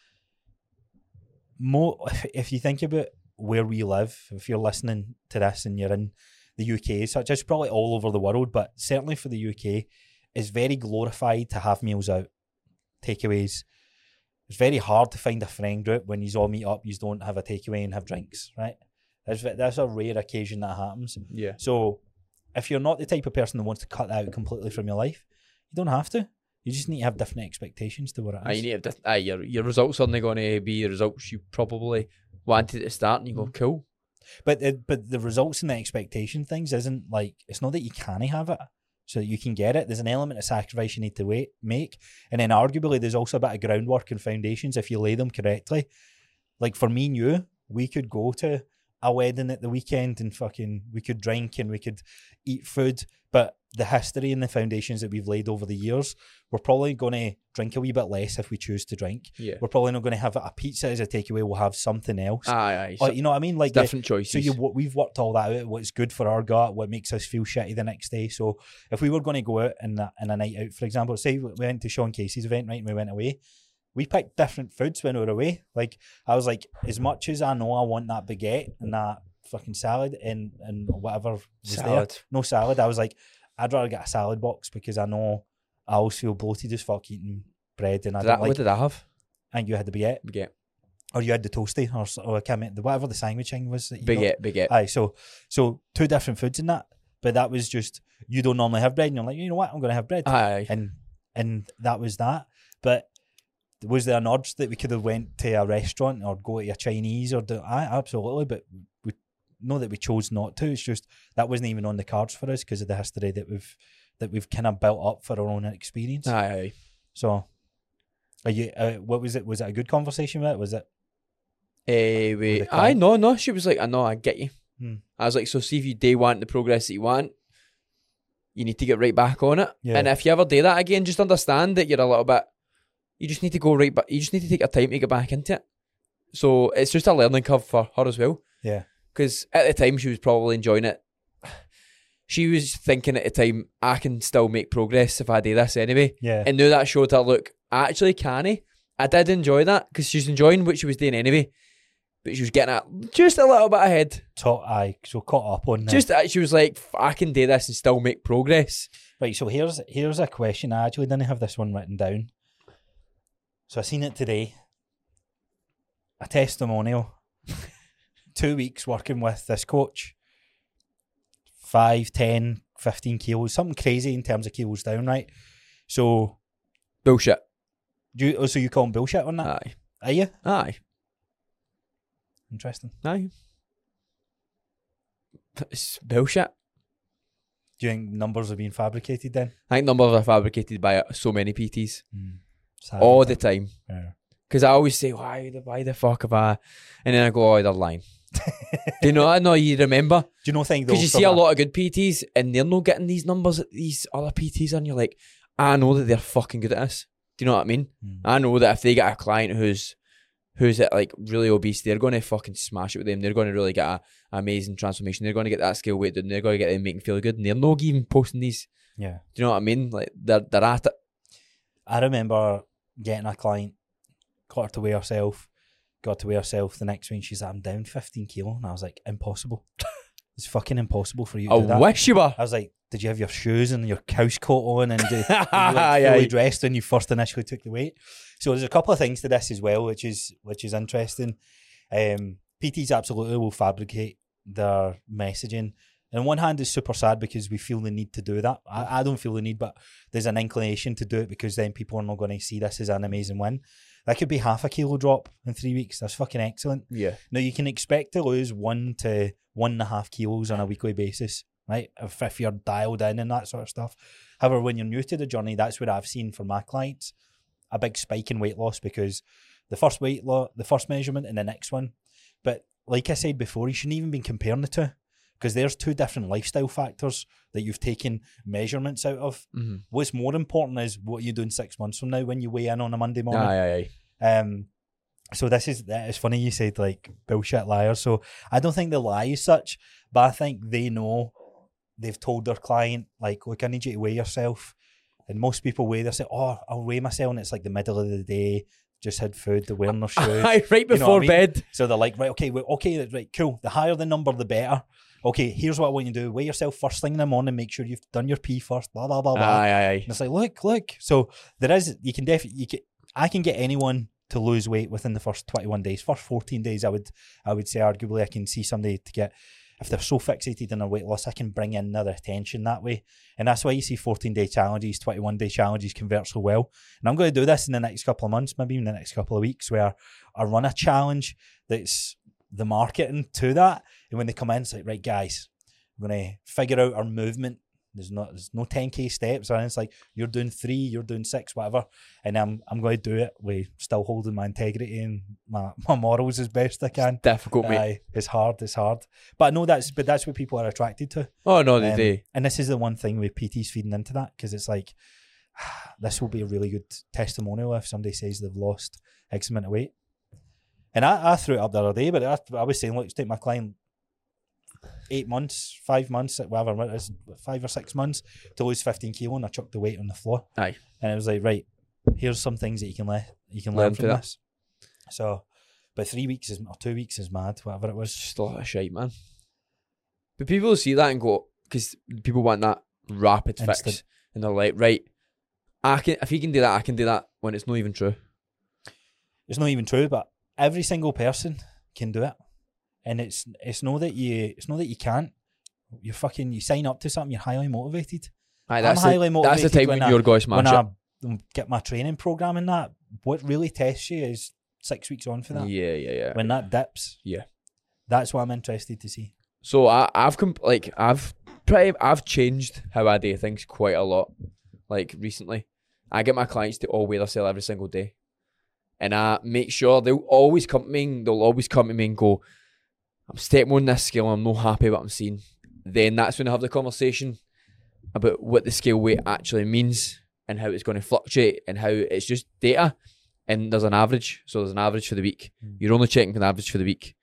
more if you think about where we live, if you're listening to this and you're in the UK, as such as probably all over the world, but certainly for the UK, it's very glorified to have meals out, takeaways. It's very hard to find a friend group when you all meet up, you don't have a takeaway and have drinks, right? That's, ve- that's a rare occasion that happens. Yeah. So if you're not the type of person that wants to cut that out completely from your life, you don't have to. You just need to have different expectations to what it Aye, you is. need to, dif- aye, your your results aren't going to be the results you probably wanted at the start, and you go, Mm. cool. But the, but the results and the expectation things isn't like it's not that you can have it so that you can get it. There's an element of sacrifice you need to wait, make, and then arguably there's also a bit of groundwork and foundations if you lay them correctly. Like for me and you, we could go to a wedding at the weekend and fucking we could drink and we could eat food, but the history and the foundations that we've laid over the years, we're probably going to drink a wee bit less if we choose to drink. Yeah. Ah, We're probably not going to have a pizza as a takeaway. We'll have something else. Aye, aye. Or, So you know what I mean? Like the- different choices. so you, wo- we've worked all that out. What's good for our gut, what makes us feel shitty the next day. So if we were going to go out in a, in a night out, for example, say we went to Sean Casey's event, right, and we went away, we picked different foods when we were away. Like I was like, as much as I know I want that baguette and that fucking salad and and whatever was there, Salad. no salad. I was like, I'd rather get a salad box because I know I always feel bloated as fuck eating bread, and I Did don't that, like. what did I have? And you had the baguette, Baguette. or you had the toasty, or, s- or I can't remember the- whatever the sandwich thing was. That you got. Baguette. Baguette. Aye, so so two different foods in that, but that was just you don't normally have bread, and you're like, you know what, I'm going to have bread, Aye. and and that was that. But was there an urge that we could have went to a restaurant or go to a Chinese or do I absolutely, but we know that we chose not to. It's just that wasn't even on the cards for us because of the history that we've that we've kind of built up for our own experience. Aye, aye. So, are you? Uh, what was it? Was it a good conversation? With it? Was it? Eh, wait. the Aye, client. no, no. She was like, I know, I get you. Hmm. I was like, so see if you day want the progress that you want, you need to get right back on it. Yeah. And if you ever do that again, just understand that you're a little bit, you just need to go right back, you just need to take your time to get back into it. So it's just a learning curve for her as well. Yeah. Because at the time, she was probably enjoying it. She was thinking at the time, I can still make progress if I do this anyway Yeah. <laughs> and now that showed her, look, I actually can he? I did enjoy that because she was enjoying what she was doing anyway, but she was getting at just a little bit ahead. Top aye. So caught up on that. Just that she was like, "F- I can do this and still make progress. Right, so here's here's a question. I actually didn't have this one written down. So I seen it today. A testimonial. <laughs> Two weeks working with this coach. Five, ten, fifteen kilos, something crazy in terms of kilos down, right? So Bullshit. do you, oh, so you call him bullshit on that? Aye, Are you? aye, Interesting. aye. It's bullshit. Do you think numbers are being fabricated then? I think numbers are fabricated by so many PTs Sad. Hmm. all the time. Yeah. Because I always say, why the, why the fuck have I? And then I go, oh, they're lying. Do you know? I know you remember. Do you not think Because though you from see a a- lot of good PTs and they're not getting these numbers that these other PTs are, and you're like, I know that they're fucking good at this. Do you know what I mean? Mm. I know that if they get a client who's who's at like really obese, they're going to fucking smash it with them. They're going to really get a amazing transformation. They're going to get that scale weight down. They're going to get them making feel good, and they're not even posting these. Yeah. Do you know what I mean? Like they're they're at it. I remember getting a client, got her to weigh herself, got to weigh herself the next week. She's like, I'm down 15 kilo. And I was like, impossible. <laughs> it's fucking impossible for you to do I that. wish you were. I was like, did you have your shoes and your house coat on and you, and you were like Aye, fully aye. dressed when you first initially took the weight? So there's a couple of things to this as well, which is which is interesting. Um, PTs absolutely will fabricate their messaging. And on one hand, it's super sad because we feel the need to do that. I, I don't feel the need, but there's an inclination to do it because then people are not going to see this as an amazing win. That could be half a kilo drop in three weeks. That's fucking excellent. Yeah, Now you can expect to lose one to one and a half kilos on a weekly basis, right? If, if you're dialed in and that sort of stuff. However, when you're new to the journey, that's what I've seen for my clients a big spike in weight loss because the first weight loss, the first measurement, and the next one. But like I said before, you shouldn't even be comparing the two because there's two different lifestyle factors that you've taken measurements out of. mm-hmm. What's more important is what you're doing six months from now when you weigh in on a Monday morning. aye, aye, aye. Um, so this is that is funny you said like bullshit liars. So I don't think they lie as such, but I think they know they've told their client like, look, I need you to weigh yourself. And most people weigh they say, oh, I'll weigh myself, and it's like the middle of the day, just had food, they're wearing their shoes. <laughs> Aye, right what I before mean? bed. So they're like, right, okay, well, okay, that's right, cool. The higher the number, the better. Okay, here's what I want you to do: weigh yourself first thing in the morning, make sure you've done your pee first. Blah blah blah blah. Aye, aye, aye. And it's like, look, look. So there is, you can definitely, you can, I can get anyone to lose weight within the first 21 days. First 14 days, I would, I would say arguably I can see somebody to get, if they're so fixated on their weight loss, I can bring in their attention that way. And that's why you see 14 day challenges, 21 day challenges convert so well. And I'm going to do this in the next couple of months, maybe even the next couple of weeks, where I run a challenge that's the marketing to that. And when they come in, it's like, right, guys, we're going to figure out our movement. There's not there's no 10k steps, and it's like you're doing three, you're doing six, whatever. And I'm I'm going to do it with still holding my integrity and my, <laughs> my morals as best I can. Difficult, mate. Aye, it's hard, it's hard. But I know that's but that's what people are attracted to. Oh no, they Um, do. And this is the one thing with PTs feeding into that because it's like <sighs> this will be a really good testimonial if somebody says they've lost X amount of weight. And I, I threw it up the other day, but I, I was saying, look, take my client eight months, five months, whatever it is, five or six months to lose 15 kilo, and I chucked the weight on the floor. Aye. And it was like, right, here's some things that you can le- you can learn, Learn from from that. this. So, but three weeks is, or two weeks is mad, whatever it It's was. just a lot of shite, man. But people see that and go, because people want that rapid fix, Instant. and they're like, right, I can if he can do that, I can do that when it's not even true. it's not even true, but every single person can do it. And it's it's not that you it's not that you can't. You're fucking you sign up to something, you're highly motivated. Aye, I'm that's, highly the, that's the motivated when time when I- you're going to smash when I it. and get my training program and that, what really tests you is six weeks on for that. Yeah, yeah, yeah. When that dips, Yeah. that's what I'm interested to see. So I, I've comp- like I've pretty I've changed how I do things quite a lot. Like recently, I get my clients to all wear their cell every single day, and I make sure they'll always come to me. And they'll always come to me and go, "I'm stepping on this scale. I'm not happy with what I'm seeing." Then that's when I have the conversation about what the scale weight actually means and how it's going to fluctuate and how it's just data. And there's an average, so there's an average for the week. Mm. You're only checking for the average for the week.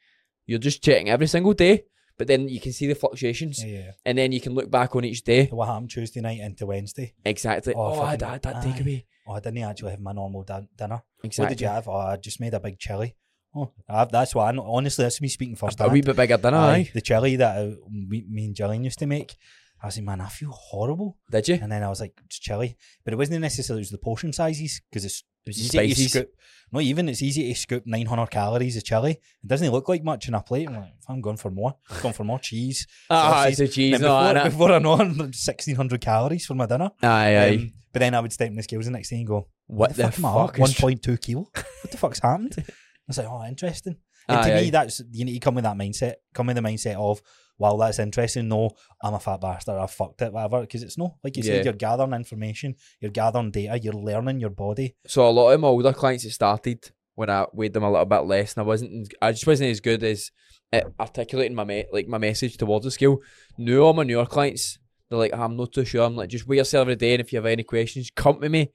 You're just checking every single day but then you can see the fluctuations Yeah, yeah. and then you can look back on each day What happened Tuesday night into Wednesday? exactly Oh, oh, I had, fucking- I had that aye. takeaway Oh, I didn't actually have my normal din- dinner. exactly What did you have? Oh, I just made a big chili. Oh, I, that's what I know. Honestly, that's me speaking first. a wee bit bigger than I The chili that uh, we, me and Gillian used to make. I was like, man, I feel horrible. did you And then I was like, it's chili. But it wasn't necessarily, it was the portion sizes because it's, was easy spices. to scoop. Not even, it's easy to scoop 900 calories of chili. It doesn't look like much in a plate. I'm like, I'm going for more. I'm going for more cheese. <laughs> ah sausage. it's a cheese And no, before, I know. before I know, it, I'm 1600 calories for my dinner. aye aye Um, but then I would step on the scales the next day and go, what the, am I up? fuck, is <laughs> 1.2 kilo? <laughs> What the fuck's happened? I was like, oh, interesting. And aye, to Ah, aye. me, that's you need to come with that mindset. Come with the mindset of, wow, that's interesting. No, I'm a fat bastard. I fucked it, whatever. Because it's no, like you Yeah. said, you're gathering information, you're gathering data, you're learning your body. so a lot of my older clients that started when I weighed them a little bit less and I wasn't I just wasn't as good as at articulating my me- like my message towards the scale new all my newer clients they're like I'm not too sure I'm like just weigh yourself every day and if you have any questions come to me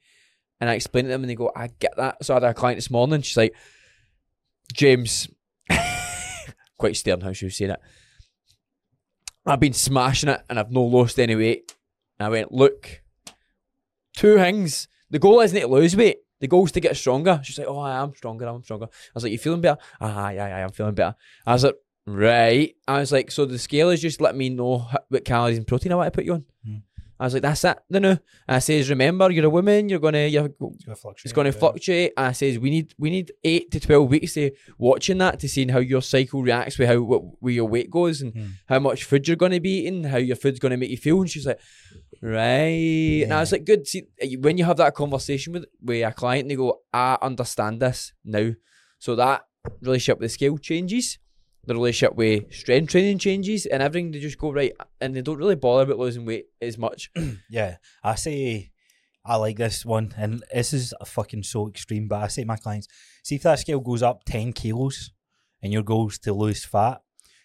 and I explain to them and they go I get that so I had a client this morning she's like James <laughs> quite stern how she was saying it I've been smashing it and I've not lost any weight and I went look two things the goal isn't to lose weight. The goal is to get stronger. She's like, oh, I am stronger. I'm stronger. I was like, you feeling better? Ah, aye, aye, aye, I'm feeling better. I was like, right. I was like, so the scale is just let me know h- what calories and protein I want to put you on. Hmm. I was like, that's it. No, no. And I says, remember, you're a woman. You're gonna, you're, It's going to fluctuate. it's gonna yeah. fluctuate. And I says, we need, we need eight to twelve weeks to watching that to seeing how your cycle reacts with how what, where your weight goes and Hmm. how much food you're going to be eating, how your food's going to make you feel. And she's like, right. And I was like, good. See, you- when you have that conversation with, with a client, they go, I understand this now. So that relationship with scale changes, the relationship with strength training changes, and everything. They just go, right. And they don't really bother about losing weight as <coughs> much. Yeah. I say, I like this one. And this is fucking so extreme. But I say to my clients, see if that scale goes up 10 kilos and your goal's to lose fat.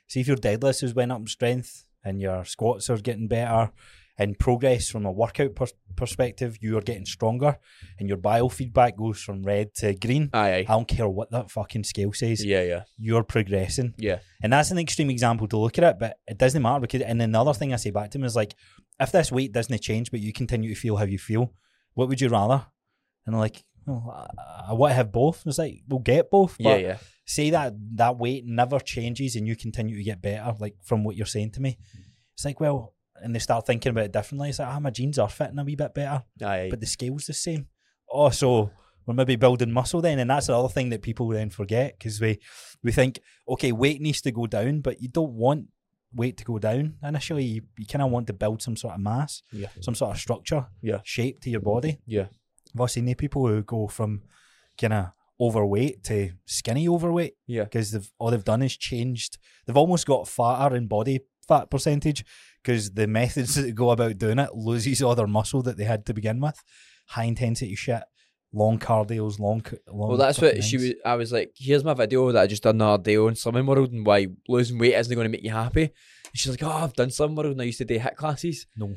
See if your deadlifts has went up in strength and your squats are getting better and progress from a workout pers- perspective, you are getting stronger and your biofeedback goes from red to green. Aye, aye. I don't care what that fucking scale says, Yeah, yeah. you're progressing. Yeah. And that's an extreme example to look at it, but it doesn't matter because and another thing I say back to him is like, if this weight doesn't change, but you continue to feel how you feel, what would you rather? And they're like, well, I, I want to have both. And it's like, we'll get both. Yeah, But yeah. say that that weight never changes and you continue to get better, like from what you're saying to me. It's like, well, and they start thinking about it differently. It's like, ah, my jeans are fitting a wee bit better Aye, aye. but the scale's the same. Oh, so we're maybe building muscle then, and that's another thing that people then forget because we we think okay, weight needs to go down, but you don't want weight to go down initially. You, you kind of want to build some sort of mass, Yeah. some sort of structure, Yeah. shape to your body. Yeah. I've also seen the people who go from kind of overweight to skinny overweight Yeah. because they've all they've done is changed. They've almost got fatter in body fat percentage because the methods <laughs> that go about doing it loses all their muscle that they had to begin with. High intensity shit, long cardios, long. c- long Well, that's what fucking she nights. was. I was like, "Here's my video that I just done the other day on Slimming World and why losing weight isn't going to make you happy." And she's like, "Oh, I've done Slimming World and I used to do hit classes," No,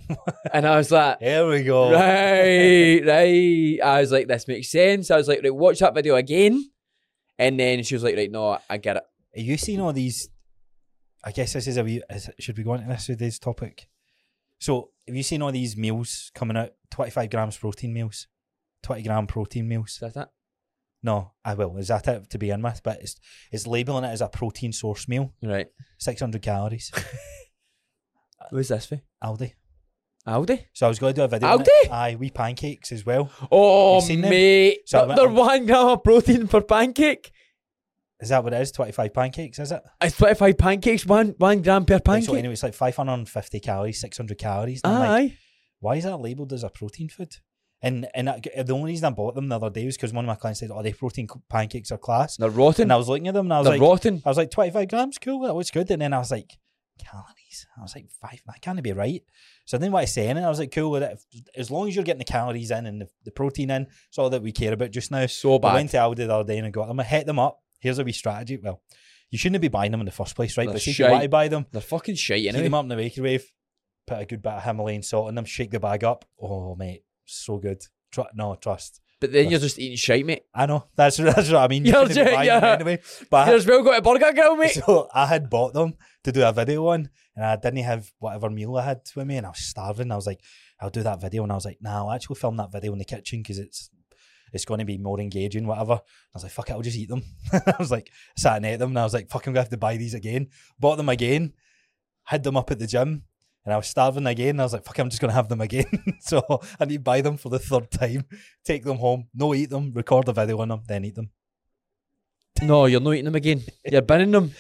and I was like, here we go. "Right, right." I was like, "This makes sense." I was like, "Right, watch that video again," and then she was like, "Right, no, I get it." Are you seeing all these? I guess this is a wee. Is, should we go into this today's topic? So, have you seen all these meals coming out? Twenty-five grams protein meals, twenty gram protein meals. Is that it? No, I will. Is that it to begin with? But it's it's labeling it as a protein source meal, Right. six hundred calories. Who's this for? Aldi. Aldi. So I was going to do a video. on it. Aldi? Aye, wee pancakes as well. Oh, You seen them? mate, So I went they're on- one gram of protein per pancake. Is that what it is? Twenty five pancakes, is it? It's twenty-five pancakes, one one gram per Like, So pancake. anyway, it's like five hundred and fifty calories, six hundred calories. And I'm like, Aye. why is that labelled as a protein food? And and I, the only reason I bought them the other day was because one of my clients said, "Oh, the protein c- pancakes are class." They're rotten. And I was looking at them and I was They're like, rotten. I was like, 25 grams, cool, that looks good. And then I was like, calories. I was like, five, that can't be right. So I didn't want to say anything. I was like, cool, with it. as long as you're getting the calories in and the, the protein in, it's all that we care about just now. So I bad. went to Aldi the other day and I got them. I hit them up. Here's a wee strategy. Well, you shouldn't be buying them in the first place, right? They're but see if you want shite. to buy them, They're fucking shite heat them anyway. up in the microwave, put a good bit of Himalayan salt in them, shake the bag up. Oh, mate, so good. Tru- no, trust. But then you're just eating shite, mate. I know. That's, <laughs> that's what I mean. You You're shouldn't be joking, buying them yeah. anyway. But I- You're as well got a burger grill, <laughs> mate. so I had bought them to do a video on, and I didn't have whatever meal I had with me, and I was starving. I was like, I'll do that video, and I was like, Nah, I'll actually film that video in the kitchen because it's it's going to be more engaging, whatever. I was like, Fuck it, I'll just eat them. <laughs> I was like, sat and ate them, and I was like, Fuck, I'm gonna have to buy these again. Bought them again, had them up at the gym. And I was starving again. and I was like, fuck, I'm just going to have them again. <laughs> so I need to buy them for the third time, take them home, no eat them, record a video on them, then eat them. No, you're not eating them again. You're binning them.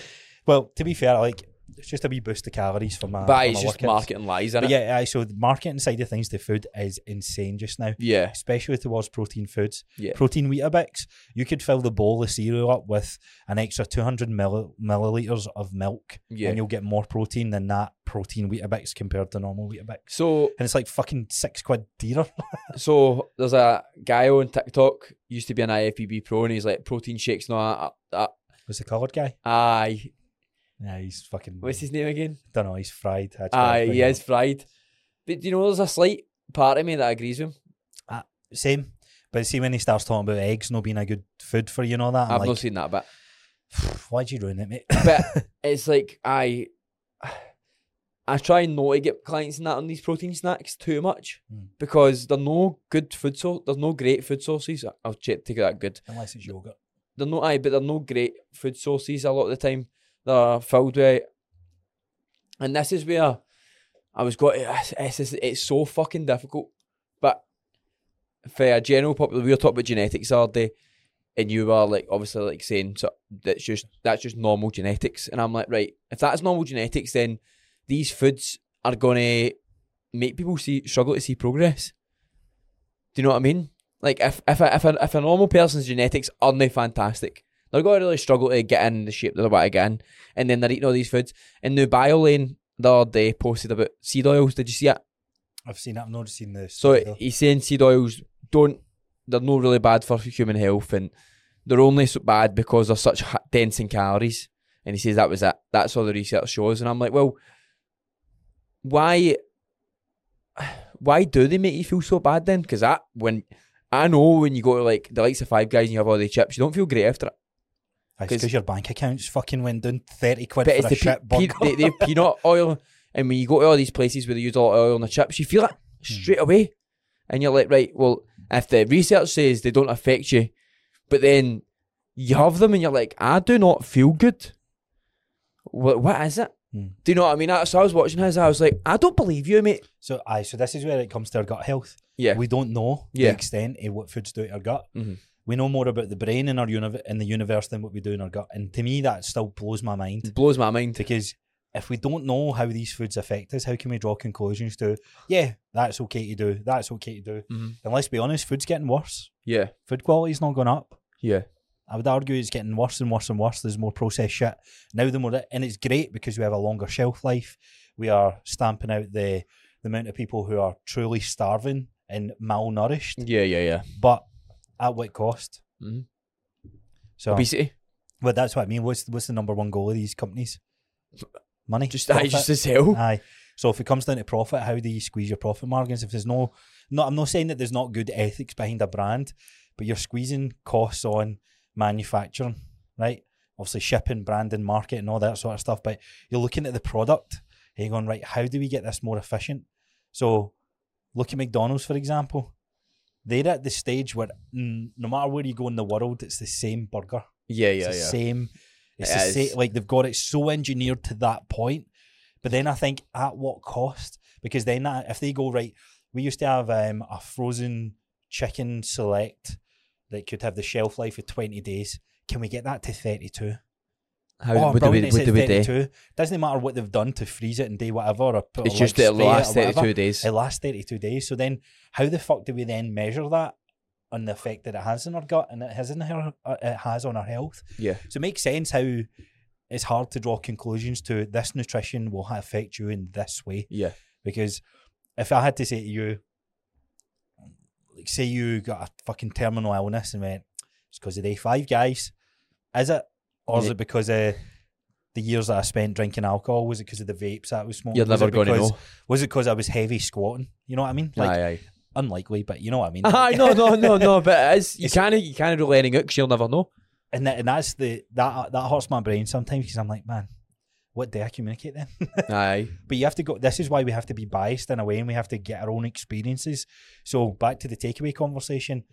Well, to be fair, like it's just a wee boost to calories for my. <laughs> but for it's my just workouts. marketing lies, But innit? yeah, aye, so the marketing side of things to food is insane just now, Yeah. especially towards protein foods. Yeah. Protein Weetabix, you could fill the bowl of cereal up with an extra 200 mil- milliliters of milk, Yeah. and you'll get more protein than that protein Weetabix compared to normal Weetabix. So, And it's like fucking six quid dearer. <laughs> so there's a guy on TikTok used to be an IFBB pro, and he's like protein shakes. No, uh, uh, Was the coloured guy? aye. Yeah, he's fucking. What's his name again? Don't know. He's fried. actually. Aye, he is fried. But do you know, there's a slight part of me that agrees with him. Same. But see, when he starts talking about eggs not being a good food for you and all that, I'm I've like, not seen that bit. <sighs> Why'd you ruin it, mate? <coughs> But it's like I, <sighs> I try not to get clients and that on these protein snacks too much Mm. because they're no good food source. There's no great food sources. I'll check, take that good. Unless it's yogurt. They're not aye, but they're no great food sources a lot of the time. They're filled with, and this is where I was got. It's, it's, it's so fucking difficult. But for a general popular, we were talking about genetics all day, and you were like obviously like saying so that's just that's just normal genetics, and I'm like right, if that's normal genetics, then these foods are gonna make people see struggle to see progress. Do you know what I mean? Like if if a, if a, if a normal person's genetics aren't they fantastic, they're gonna really struggle to get in the shape that they're about to get in, and then they're eating all these foods. And the bio lane the other day posted about seed oils. Did you see it? I've seen it. I've not seen this. So he's saying seed oils don't they're not really bad for human health, and they're only so bad because they're such h- dense in calories. And he says that was it. That's all the research shows. And I'm like, well, why, why do they make you feel so bad then? Because that when I know when you go to like the likes of Five Guys and you have all the chips, you don't feel great after it. because 'cause- your bank account's fucking went down 30 quid But for it's a the shit pe- burger. pe- they, they have peanut oil, and when you go to all these places where they use a lot of oil on the chips, you feel it Hmm. straight away, and you're like, right, well, if the research says they don't affect you, but then you have them, and you're like, I do not feel good. What what is it? Hmm. Do you know what I mean? I- So I was watching his, I was like, I don't believe you, mate. <laughs> so, aye, so this is where it comes to our gut health. Yeah, We don't know Yeah. the extent of what foods do to our gut. Mhm. We know more about the brain in our univ- in the universe than what we do in our gut. And to me, that still blows my mind it blows my mind. because if we don't know how these foods affect us, how can we draw conclusions to, yeah, that's okay to do, that's okay to do? Mhm. And let's be honest, food's getting worse. Yeah, Food quality's not going up. yeah, I would argue it's getting worse and worse and worse. There's more processed shit now than more, and it's great because we have a longer shelf life. We are stamping out the the amount of people who are truly starving and malnourished, yeah, yeah, yeah. but at what cost? Mhm. So, Obesity, but that's what I mean. What's what's the number one goal of these companies? Money. just I Profit. just as hell. Aye. So if it comes down to profit, how do you squeeze your profit margins? If there's no, no, I'm not saying that there's not good ethics behind a brand, but you're squeezing costs on manufacturing, right? Obviously shipping, branding, marketing, all that sort of stuff. But you're looking at the product and you're going, right, how do we get this more efficient? So look at McDonald's, for example. They're at the stage where mm, no matter where you go in the world, it's the same burger. Yeah, It's yeah, the yeah. same. It's It the is. same. Like they've got it so engineered to that point. But then I think at what cost? Because then that, if they go right, we used to have um, a frozen chicken select that could have the shelf life of twenty days. Can we get that to thirty-two? How oh, what do we brilliant, what it's do we at do? 32. Doesn't matter what they've done to freeze it and do whatever or put It's or just like the spray it or last whatever. 32 days. It lasts 32 days. So then, how the fuck do we then measure that on the effect that it has in our gut and it has in her, uh, it has on our health? Yeah. So it makes sense how it's hard to draw conclusions to this nutrition will affect you in this way. Yeah. Because if I had to say to you, like, say you got a fucking terminal illness and went, it's because of day five, guys, is it? Or is Yeah. it because of the years that I spent drinking alcohol? Was it because of the vapes that I was smoking? You're Was never it going to because- know. Was it because I was heavy squatting? You know what I mean? Like, aye, aye. unlikely, but you know what I mean. <laughs> aye. No, no, no, no. But it is, you It's- can't you can't rule anything out because you'll <laughs> never know. and that, and that's the that that hurts my brain sometimes because I'm like, man, what do I communicate then? Aye. But you have to go. This is why we have to be biased in a way, and we have to get our own experiences. So back to the takeaway conversation.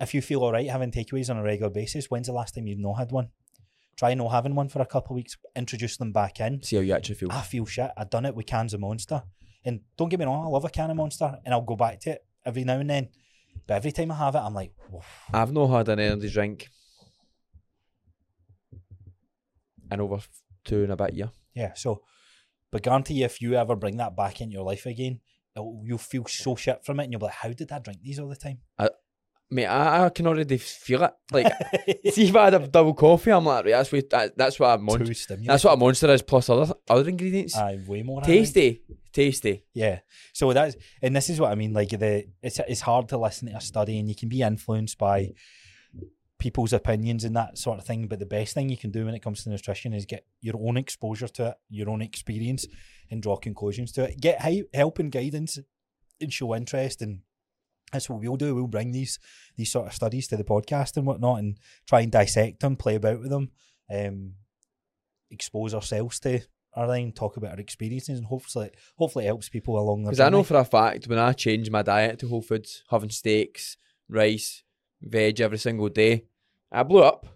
If you feel all right having takeaways on a regular basis, when's the last time you've not had one? Try not having one for a couple of weeks. Introduce them back in. See how you actually feel. I feel shit. I've done it with cans of Monster. And don't get me wrong, I love a can of Monster, and I'll go back to it every now and then. But every time I have it, I'm like, "Woof." I've not had an energy drink in over two and a bit year. Yeah, so, but guarantee if you ever bring that back into your life again, it'll, you'll feel so shit from it, and you'll be like, "How did I drink these all the time?" <laughs> Mate, I, I can already feel it. Like, see if I had a double coffee, I'm like, right, that's what that, that's what a monster. Too stimulating. That's what a monster is plus other other ingredients. Aye, way more I think. tasty, tasty. Yeah. So that's and this is what I mean. Like the it's it's hard to listen to a study, and you can be influenced by people's opinions and that sort of thing. But the best thing you can do when it comes to nutrition is get your own exposure to it, your own experience, and draw conclusions to it. Get hi- help and guidance, and show interest and. That's what we'll do. We'll bring these these sort of studies to the podcast and whatnot, and try and dissect them, play about with them, um, expose ourselves to our thing, talk about our experiences, and hopefully, hopefully, it helps people along their Because I know journey. for a fact when I change my diet to whole foods, having steaks, rice, veg every single day, I blew up.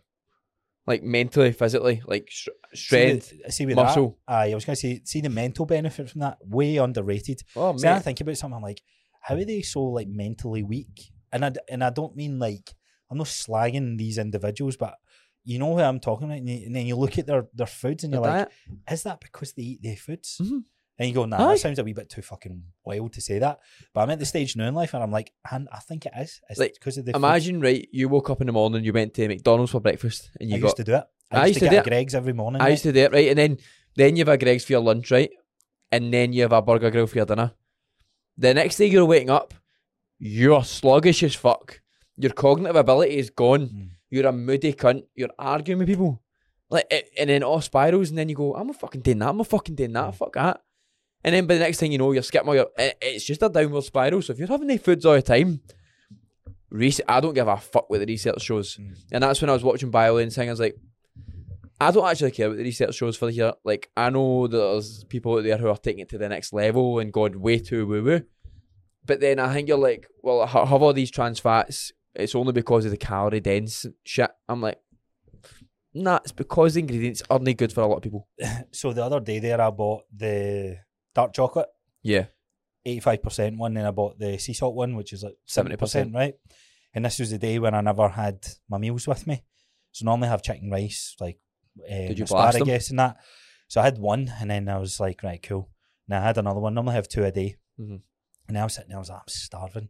Like mentally, physically, like str- strength, see with, see with muscle. That, aye, I was going to say, see the mental benefit from that way underrated. Oh See, I man, think about something I'm like, how are they so like mentally weak? And I d- and I don't mean like I'm not slagging these individuals, but you know who I'm talking about. And, you- and then you look at their their foods and you're like, is that because they eat their foods? Mhm. And you go, nah, Aye. that sounds a wee bit too fucking wild to say that. But I'm at the stage now in life and I'm like, and I think it is. It's Like, because of the food. Imagine, right? You woke up in the morning, you went to McDonald's for breakfast, I and you used got. to do it. I, used, to, get a Greg's every morning. I mate. used to do it, right? And then, then you have a Greg's for your lunch, right? And then you have a burger grill for your dinner. The next day you're waking up, you're sluggish as fuck. Your cognitive ability is gone. Mm. You're a moody cunt. You're arguing with people, like, it, and then it all spirals. And then you go, "I'm a fucking doing that. I'm a fucking doing that. Mm. Fuck that." And then, by the next thing you know, you're skipping all your. It, it's just a downward spiral. So if you're having the foods all the time, research. I don't give a fuck what the research shows. Mm. And that's when I was watching Biolin thing. I was like, I don't actually care what the research shows for here. Like, I know there's people out there who are taking it to the next level and gone way too woo woo. But then I think you're like, well, ha- have all these trans fats. It's only because of the calorie dense shit. I'm like, nah, it's because the ingredients aren't good for a lot of people. So the other day there, I bought the dark chocolate, Yeah. 85% one, then I bought the sea salt one, which is like 70%, 70%. right? And this was the day when I never had my meals with me. So normally I have chicken rice, like um, Did you blast 'em? asparagus and that. So I had one, and then I was like, right, cool. And I had another one. Normally I have two a day. Mhm. And I was sitting there, I was like, I'm starving.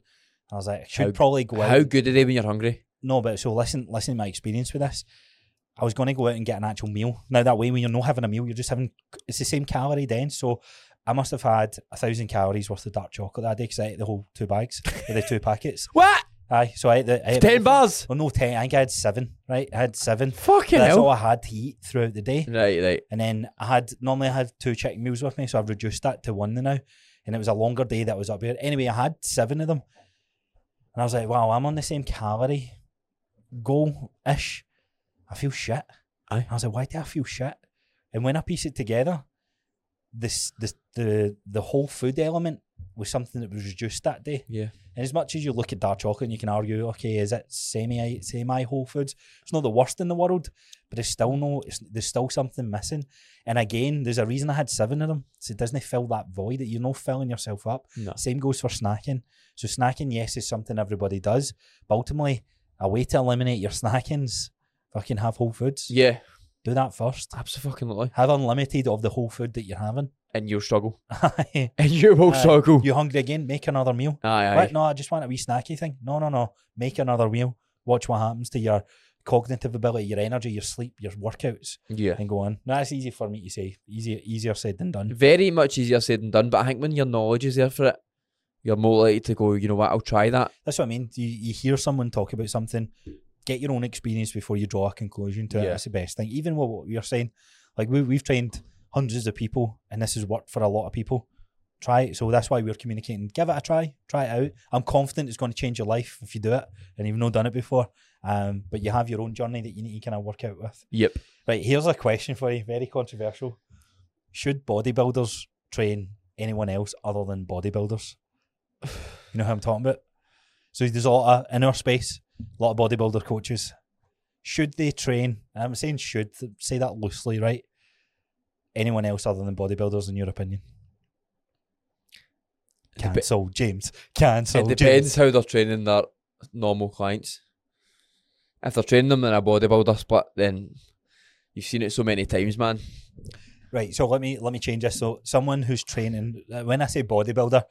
I was like, I should How- probably go out. How good are they when you're hungry? No, but so listen, listen to my experience with this. I was going to go out and get an actual meal. Now that way, when you're not having a meal, you're just having it's the same calorie dense. So I must have had a thousand calories worth of dark chocolate that day because I ate the whole two bags with the two packets. What? Aye, so I ate the I ate the Ten whole thing. bars? Well, no, ten. I think I had seven. Right, I had seven. Fucking That's all hell. I had to eat throughout the day. Right, right. And then I had normally I had two chicken meals with me, so I've reduced that to one now. And it was a longer day that was up here. Anyway, I had seven of them. And I was like, wow, I'm on the same calorie goal ish. I feel shit. Aye. I was like, why do I feel shit? And when I piece it together, this this the the whole food element was something that was reduced that day. Yeah. And as much as you look at dark chocolate and you can argue, okay, is it semi semi whole foods? It's not the worst in the world, but it's still no. It's, there's still something missing. And again, there's a reason I had seven of them. So it doesn't fill that void that you're not filling yourself up. No. Same goes for snacking. So snacking, yes, is something everybody does, but ultimately, a way to eliminate your snackings, fucking have whole foods. Yeah. Do that first. Absolutely. Have unlimited of the whole food that you're having. <laughs> And you'll struggle. Aye. <laughs> And you will Aye. struggle. you hungry again? Make another meal. aye, aye. What? No, I just want a wee snacky thing. No, no, no. Make another meal. Watch what happens to your cognitive ability, your energy, your sleep, your workouts, Yeah. and go on. Now, that's easy for me to say. Easier, easier said than done. Very much easier said than done, but I think when your knowledge is there for it, you're more likely to go, you know what, I'll try that. That's what I mean. You, you hear someone talk about something, get your own experience before you draw a conclusion to it. Yeah. That's the best thing. Even with what you're saying, like we, we've trained hundreds of people, and this has worked for a lot of people. Try it. So that's why we're communicating. Give it a try. Try it out. I'm confident it's going to change your life if you do it, and you've not done it before. Um, but you have your own journey that you need to kind of work out with. Yep. Right. Here's a question for you. Very controversial. Should bodybuilders train anyone else other than bodybuilders? You know who I'm talking about? So there's a lot of, in our space, a lot of bodybuilder coaches. Should they train? I'm saying should, say that loosely, right? Anyone else other than bodybuilders, in your opinion? Depe- Cancel, James. Cancel, it James. depends how they're training their normal clients. If they're training them in a bodybuilder split, then you've seen it so many times, man. Right. So let me let me change this. So someone who's training, uh, when I say bodybuilder,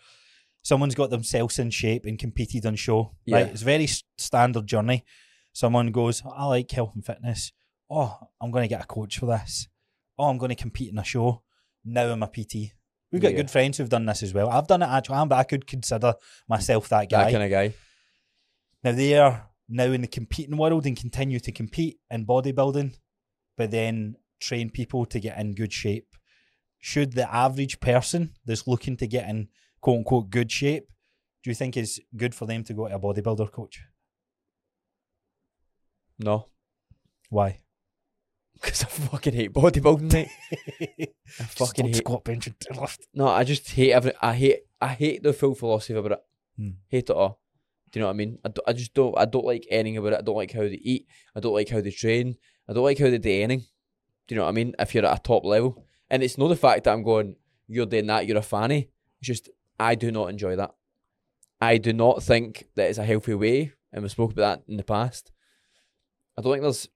someone's got themselves in shape and competed on show. Right. Yeah. It's a very s- standard journey. Someone goes, I like health and fitness. Oh, I'm going to get a coach for this. Oh, I'm going to compete in a show. Now I'm a PT. We've got Yeah. good friends who've done this as well. I've done it actually, but I could consider myself that guy. That kind of guy. Now they are now in the competing world and continue to compete in bodybuilding, but then train people to get in good shape. Should the average person that's looking to get in quote unquote good shape, do you think it's good for them to go to a bodybuilder coach? No. <laughs> Why? Because I fucking hate bodybuilding, mate. I fucking hate squat bench and deadlift. No, I just hate every. I hate. I hate the full philosophy about it. Hmm. Hate it all. Do you know what I mean? I, do, I just don't. I don't like anything about it. I don't like how they eat. I don't like how they train. I don't like how they do anything. Do you know what I mean? If you're at a top level, and it's not the fact that I'm going, you're doing that, you're a fanny. It's just I do not enjoy that. I do not think that it's a healthy way, and we spoke about that in the past. I don't think there's.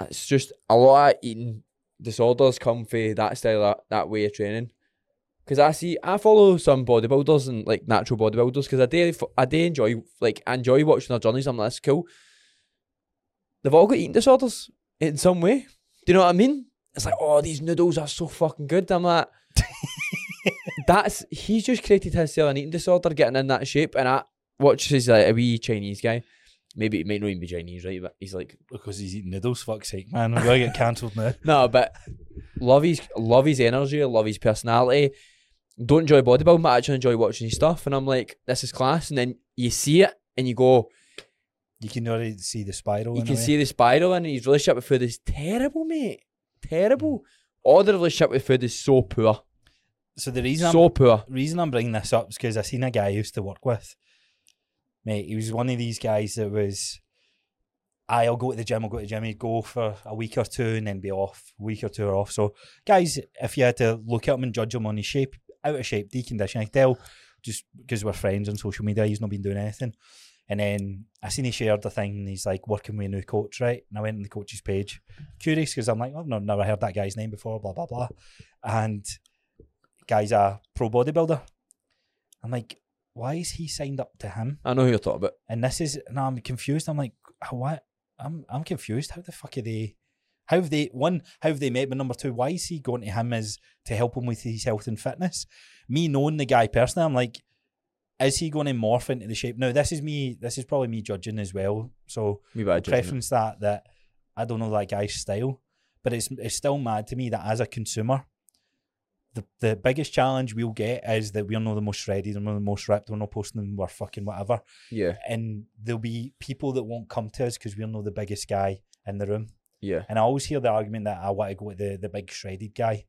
It's just a lot of eating disorders come from that style, that, that way of training. Because I see, I follow some bodybuilders and like natural bodybuilders because I do, I do enjoy, like, I enjoy watching their journeys. I'm like, that's cool. They've all got eating disorders in some way. Do you know what I mean? It's like, oh, these noodles are so fucking good. I'm like, that's he's just created himself an eating disorder, getting in that shape. And I watch this like a wee Chinese guy. Maybe it might not even be Chinese, right? But he's like, Because he's eating noodles, fuck's sake, man. I'm going to get cancelled now. no, but love his love his energy, love his personality. Don't enjoy bodybuilding, but I actually enjoy watching his stuff. And I'm like, this is class. And then you see it and you go, You can already see the spiral. you in a can way. see the spiral in his relationship with food is terrible, mate. Terrible. All the relationship with food is so poor. So the reason I'm So poor. reason I'm bringing this up is because I seen a guy I used to work with. Mate, he was one of these guys that was, "Aye, I'll go to the gym, I'll go to the gym. He'd go for a week or two and then be off, week or two or off. So, guys, if you had to look at him and judge him on his shape, out of shape, deconditioned, I could tell just because we're friends on social media, he's not been doing anything. And then I seen he shared a thing and he's like working with a new coach, right? And I went on the coach's page, curious because I'm like, I've not, never heard that guy's name before, blah, blah, blah. And guy's a pro bodybuilder. I'm like, why is he signed up to him? I know who you're talking about. And this is now I'm confused. I'm like, "How- what? I'm I'm confused. How the fuck are they? How have they one? How have they met? But number two, why is he going to him as to help him with his health and fitness? Me knowing the guy personally, I'm like, is he going to morph into the shape? Now this is me. This is probably me judging as well. So Me bad, Jim. preference that that I don't know that guy's style, but it's it's still mad to me that as a consumer, the the biggest challenge we'll get is that we're not the most shredded and we're not the most ripped, we're not posting, we're fucking whatever, Yeah, and there'll be people that won't come to us because we're not the biggest guy in the room. yeah. And I always hear the argument that I want to go with the, the big shredded guy.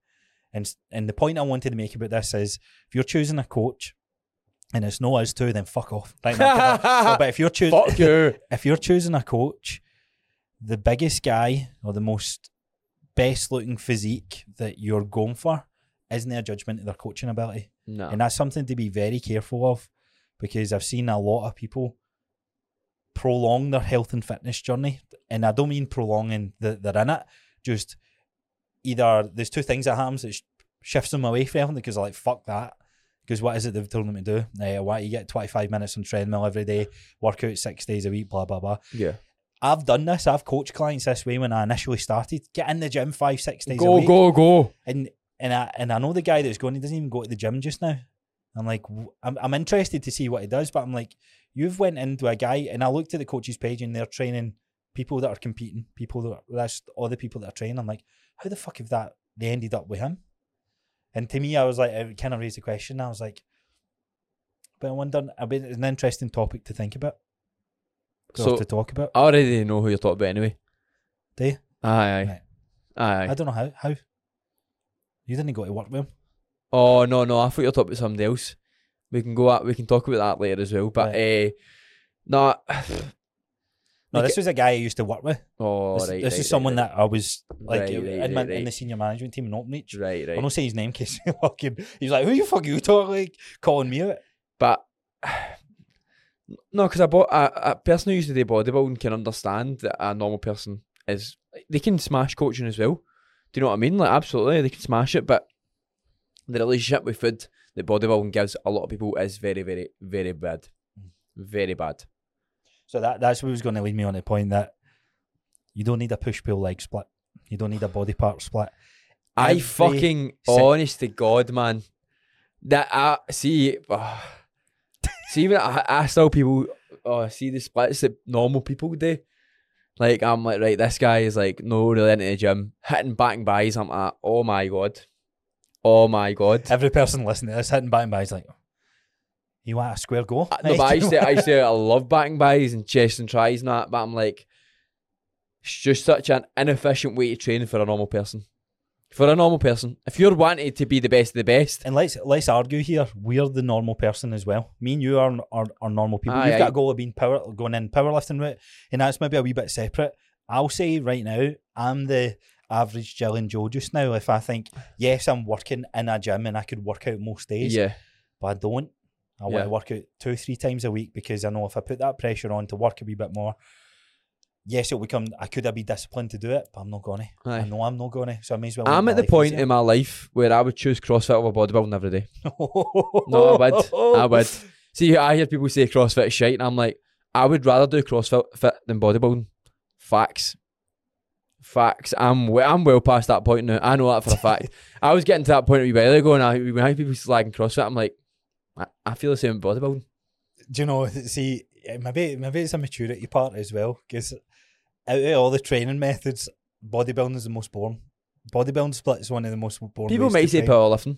And s- and the point I wanted to make about this is if you're choosing a coach and it's no us two, then fuck off. Right, no, but- no, but if you're choosing Fuck you. <laughs> if you're choosing a coach, the biggest guy or the most best looking physique that you're going for isn't a judgment of their coaching ability. No. And that's something to be very careful of because I've seen a lot of people prolong their health and fitness journey. And I don't mean prolonging that they're in it, just either there's two things that happens. It sh- shifts them away from everything because they're like, fuck that. Because what is it they've told them to do? Nah, why you get 25 minutes on treadmill every day, work out six days a week, blah, blah, blah. Yeah. I've done this. I've coached clients this way when I initially started. Get in the gym five, six days a Go, week. go, go. And, and, I, and I know the guy that's going, he doesn't even go to the gym just now. I'm like, w- I'm, I'm interested to see what he does, but I'm like, you've went into a guy, and I looked at the coaches page and they're training people that are competing, people that are, that's all the people that are training. I'm like, how the fuck have that, they ended up with him? And to me, I was like, it kind of raised the question. I was like, but I wonder, I mean, it's an interesting topic to think about, So to talk about. I already know who you're talking about anyway. Do you? Aye, aye. Right. Aye. I don't know how, how. You didn't go to work with him. Oh no, no, I thought you were talking about somebody else. We can go at we can talk about that later as well. But uh no No, Like- this was a guy I used to work with. <sighs> Oh this right. this right, is someone right, that I was like Right, in, right, my, right, in the right. senior management team in Openreach. Reach. right, I right. don't say his name <laughs> because fucking he's like, who you fuck you talk like calling me out? But <sighs> no, because a, bo- a, a person who used to do bodybuilding can understand that a normal person is they can smash coaching as well. Do you know what I mean? Like absolutely, they can smash it, but the relationship with food that bodybuilding gives a lot of people is very, very, very bad, very bad. So that that's what was going to lead me on the point that you don't need a push pull leg split. You don't need a body part split. I Every fucking si- honest to God, man. That I see. ah. see, even I, I tell people, oh, I see the splits that normal people do. Like I'm like, right, this guy is like no really into the gym, hitting back and buys. I'm like, oh my god, oh my god. Every person listening to this hitting back and by is like, you want a square goal? Uh, <laughs> No, but I used to, I used to, I <laughs> love batting buys and chest and tries and that. But I'm like, it's just such an inefficient way to train for a normal person. For a normal person, if you're wanting to be the best of the best, and let's let's argue here. We're the normal person as well. Me and you are are, are normal people. Aye, You've aye. got a goal of being power going in powerlifting route, and that's maybe a wee bit separate. I'll say right now, I'm the average Jill and Joe just now. If I think yes, I'm working in a gym and I could work out most days, yeah, but I don't. I Yeah. want to work out two, three times a week because I know if I put that pressure on to work a wee bit more, yes, it'll become. I could I be disciplined to do it, but I'm not gonna. I Aye. know I'm not gonna. So I may as well. I'm make at the my point life in my life where I would choose CrossFit over bodybuilding every day. easier. No, I would. <laughs> I would. See, I hear people say CrossFit is shite, and I'm like, I would rather do CrossFit fit than bodybuilding. Facts. Facts. I'm we- I'm well past that point now. I know that for <laughs> a fact. I was getting to that point a wee while ago, and I, when I hear people slagging CrossFit, I'm like, I, I feel the same with bodybuilding. do you know see eh, maybe maybe it's a maturity part as well because out of all the training methods bodybuilding is the most boring bodybuilding split is one of the most boring People ways might to say train. powerlifting.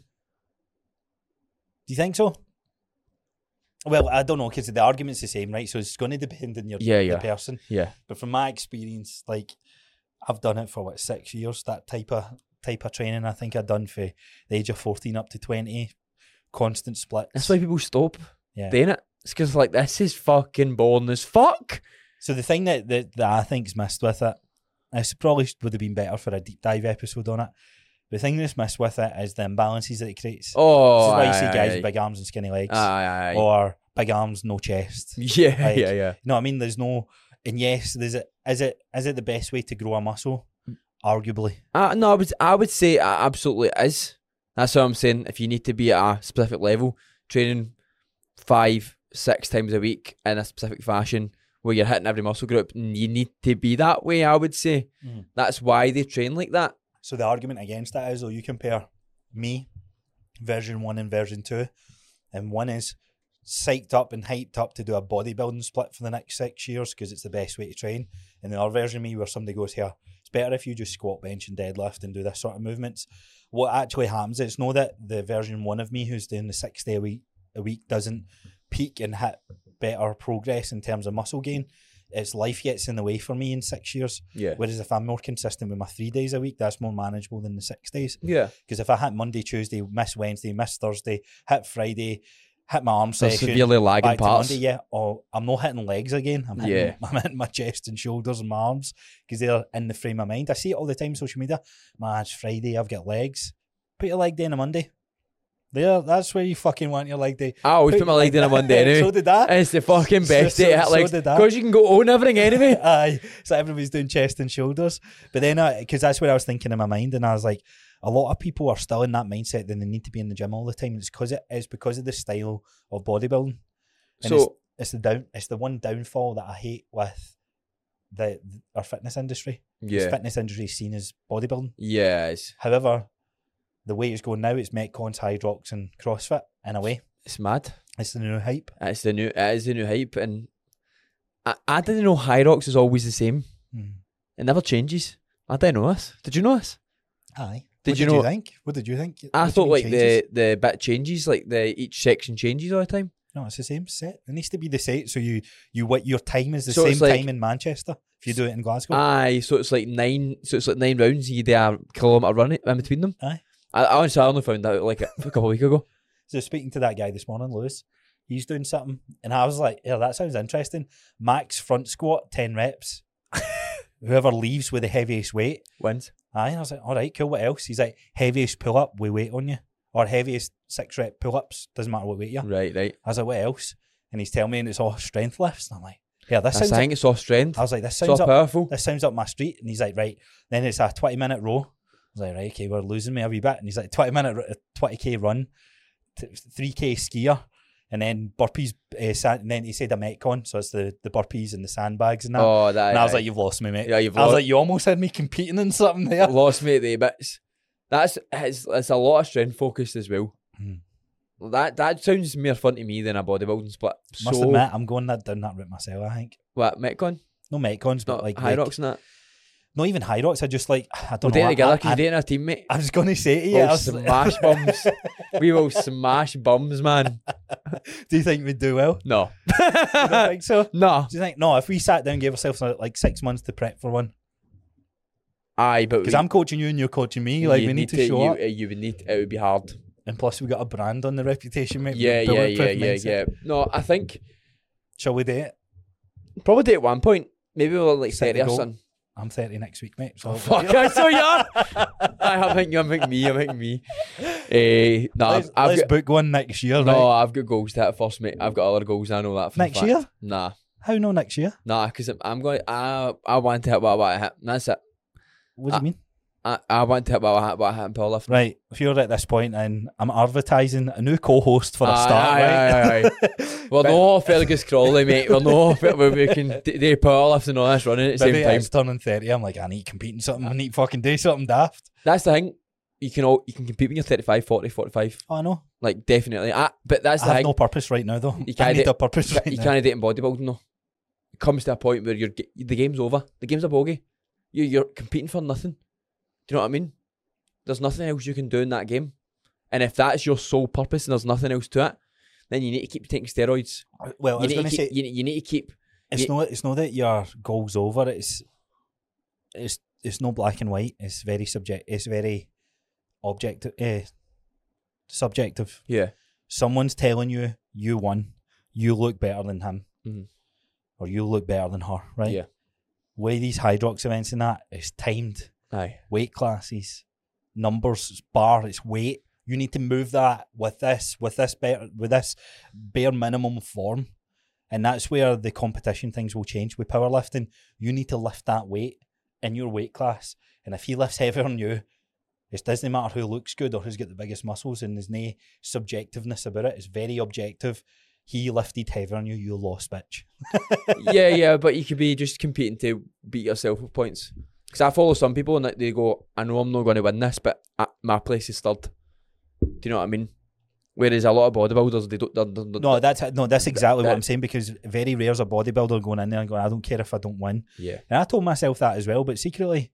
do you think so well I don't know because the argument's the same right so it's going to depend on your Yeah, the yeah. person Yeah. but from my experience like I've done it for what six years that type of type of training I think I've done for the age of 14 up to 20 constant splits That's why people stop yeah doing it. It's because like this is fucking boring as fuck. So the thing that, that, that I think's missed with it, this probably would have been better for a deep dive episode on it. The thing that's missed with it is the imbalances that it creates. this Oh, is why you aye, see aye, guys aye. with big arms and skinny legs, Aye, aye, aye. or big arms, no chest. <laughs> yeah, like- yeah, yeah. You know what I mean? There's no, and yes, there's a, is it is it the best way to grow a muscle? Mm. Arguably, Uh, no, I would I would say it absolutely is. That's what I'm saying. If you need to be at a specific level, training five, six times a week in a specific fashion where you're hitting every muscle group, n- you need to be that way, I would say. Mm. That's why they train like that. So the argument against that is, oh, you compare me, version one and version two, and one is psyched up and hyped up to do a bodybuilding split for the next six years because it's the best way to train. And the other version of me, where somebody goes here, it's better if you just squat, bench, and deadlift and do this sort of movements. What actually happens? It's not that the version one of me, who's doing the six day a week, a week, doesn't peak and hit better progress in terms of muscle gain. It's life gets in the way for me in six years. Yeah. Whereas if I'm more consistent with my three days a week, that's more manageable than the six days. Yeah. Because if I hit Monday, Tuesday, miss Wednesday, miss Thursday, hit Friday, hit my arm So session, severely lagging back to parts. Monday, yeah, or I'm not hitting legs again. I'm hitting, <laughs> Yeah. I'm hitting my chest and shoulders and my arms because they're in the frame of mind. I see it all the time on social media. Man, it's Friday, I've got legs. Put your leg day on a Monday. There, that's where you fucking want your leg day. I always put my leg down on Monday <laughs> so anyway. did I. It's the fucking <laughs> So- best so- day. so like, did that. because you can go own everything anyway. <laughs> Aye, so everybody's doing chest and shoulders. But then, because that's what I was thinking in my mind, and I was like, a lot of people are still in that mindset that they need to be in the gym all the time. It's because it is because of the style of bodybuilding. And it's, so it's the down, it's the one downfall that I hate with the our fitness industry. This yeah, fitness industry is seen as bodybuilding. yeah, it's, However, the way it's going now, it's Metcons, Hydrox, and CrossFit in a way. it's mad. It's the new hype. It's the new, it is the new hype, and I, I didn't know Hyrox is always the same. Mm. It never changes. I didn't know this. Did you know this? Aye. Did what you did know- you think? What did you think? I What do you thought mean like changes? the the bit changes, like the each section changes all the time. No, it's the same set. It needs to be the set. So you you what your time is the So it's same like- Ah. time in Manchester if you do it in Glasgow. Aye, so it's like nine. So it's like nine rounds. You do a kilometer run i- in between them. Aye. I, I honestly, I only found that out like a, a couple of weeks ago. so speaking to that guy this morning, Lewis, he's doing something, and I was like, "Yeah, that sounds interesting." Max front squat, ten reps. <laughs> Whoever leaves with the heaviest weight, Wins. aye. And I was like, "All right, cool. What else?" He's like, "Heaviest pull up, we weight on you, or heaviest six rep pull ups, doesn't matter what weight you're." Right, right. I was like, "What else?" And he's telling me, and it's all strength lifts. And I'm like, "Yeah, this That's, sounds." I think it's all strength. I was like, "This It's all sounds up powerful. this sounds up my street. And he's like, right. Then it's a 20 minute row. I was like, right, okay, we're losing me a wee bit. And he's like, 20 minute, ru- 20k run, t- 3k skier, and then burpees. Uh, sand, and then he said a Metcon, so it's the, the burpees and the sandbags and that. Oh, that. and I was like, you've lost me, mate. Yeah, you've I was lo- Oh, like, you almost had me competing in something there. lost me at the bits. That's it's, it's a lot of strength focused as well. Mm. That that sounds more fun to me than a bodybuilding split. Must so admit, I'm going that down that route myself, I think. what Metcon, No Metcons, but not like, like- like Hyrox and that. not even high rocks. I just like, I We're don't know. dating I- together I, because you're dating a teammate. I was going to say to you, I We'll was, smash <laughs> bums. we will smash bums, man. do you think we'd do well? <laughs> No, I don't think so. no. Do you think no? If we sat down, and gave ourselves uh, like six months to prep for one, Aye, but because we- I'm coaching you and you're coaching me, like you we need, to show you, up. uh, You would need. It would be hard. And plus, we got a brand on the reputation, mate. We're Yeah, yeah, yeah, bulletproof yeah, mindset. yeah. No, I think Shall we do it? probably at one point. Maybe we'll like Set thirty the or goal. something. I'm 30 next week, mate. So <laughs> Oh, Fuck, I saw you. <laughs> are. Aye, I'm thinking. I'm thinking me. I'm thinking me. Eh, no, let's, I've, I've let's got, book one next year, no, right? I've got goals to hit first, mate. I've got other goals. I know that. For a Next fact. year? Nah, How no next year? nah. Because I'm, I'm going. I I want to hit what I want to hit. and That's it. What do you Ah. mean? I, I want to hit what I hit. What I hit in powerlifting. Right, if you're at this point, and I'm advertising a new co-host for a Aye, start, aye, right? aye, <laughs> aye. We're no Fergus Crawley, mate. We're no we, we can d- do powerlifting and all this running at the Maybe same time. it's turning 30. I'm like, I need competing something. I need to fucking do something daft. That's the thing. You can all you can compete when you're 35, 40, 45. Oh, I know. Like definitely. I, but that's I the have thing. no purpose right now, though. I You can't need do- a purpose <laughs> right <laughs> you now. can't do it in bodybuilding though. It comes to a point where you're ge- the game's over. The game's a bogey. You you're competing for nothing. Do you know what I mean? There's nothing else you can do in that game. And if that's your sole purpose and there's nothing else to it, then you need to keep taking steroids. Well, I You was need, going to to keep, say, you, need- you need to keep It's Ye- not. It's not that your goal's over. It's it's it's no black and white. It's very subject. It's very objective. Uh, subjective. Yeah. Someone's telling you you won. You look better than him, Mhm. or you look better than her. Right. Yeah. Way these hydrox events and that it's timed <laughs> Aye. weight classes, numbers, it's bar, it's weight. You need to move that with this, with this better, with this bare minimum form, and that's where the competition things will change. With powerlifting, you need to lift that weight in your weight class, and if he lifts heavier on you, it doesn't matter who looks good or who's got the biggest muscles, and there's no subjectiveness about it. It's very objective. He lifted heavier on you, you lost, bitch. yeah, yeah, but you could be just competing to beat yourself with points. Because I follow some people and like, they go, I know I'm not going to win this, but I, my place is third. Do you know what I mean? Whereas a lot of bodybuilders, they don't. They're, they're, they're- No, that's no, that's exactly what that- I'm saying because very rare's a bodybuilder going in there and going, I don't care if I don't win. yeah. And I told myself that as well, but secretly,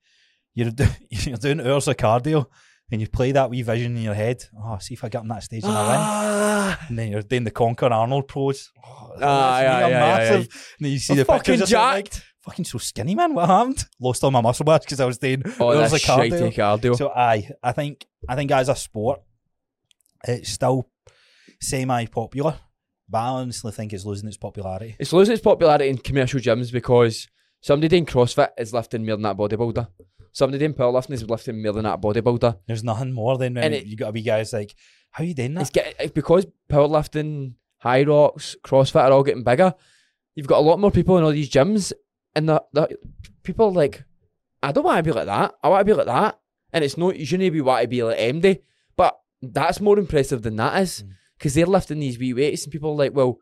you're, <laughs> do- you're doing hours of cardio and you play that wee vision in your head. Oh, see if I get on that stage and <gasps> I win. Ah, And then you're doing the Conquer Arnold pros. Oh, that's aye, me, I'm aye, aye, massive. aye. And then you see I'm the fucking pictures of yourself, like, jacked. fucking so skinny, man. What happened? Lost all my muscle mass because I was doing oh, hours that's of cardio. shitey cardio. So aye, I think I think as a sport, it's still semi popular. But I honestly think it's losing its popularity. it's losing its popularity in commercial gyms because somebody doing CrossFit is lifting more than that bodybuilder. Somebody doing powerlifting is lifting more than that bodybuilder. There's nothing more than when And it- you got to be guys like How you doing that? It's get it's because powerlifting, high rocks, CrossFit are all getting bigger. You've got a lot more people in all these gyms, and the, the people are like, I don't want to be like that. I want to be like that, and it's not. You shouldn't be want to be like MD, but that's more impressive than that is Mm. because they're lifting these wee weights, and people are like, well,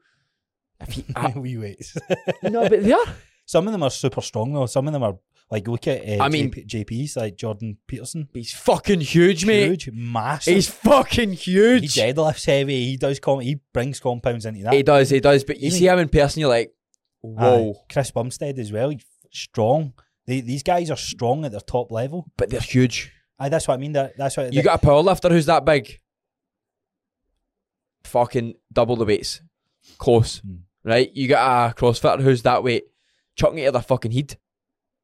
if you, I, <laughs> Wee weights. no, but they are. Some of them are super strong though. Some of them are like look at uh, I mean- JP, JP's like Jordan Peterson. He's fucking huge, mate. Huge, massive. He's fucking he huge. deadlifts heavy. He does. Com- he brings compounds into that. He does, he does. But you Even- see him in person, you're like, whoa. Aye. Chris Bumstead as well. He's strong. They, these guys are strong at their top level. But they're huge. Aye, that's what I mean. That, that's what You got a powerlifter who's that big? Fucking double the weights. Close. Hmm. Right? You got a crossfitter who's that weight, chucking it at their fucking head.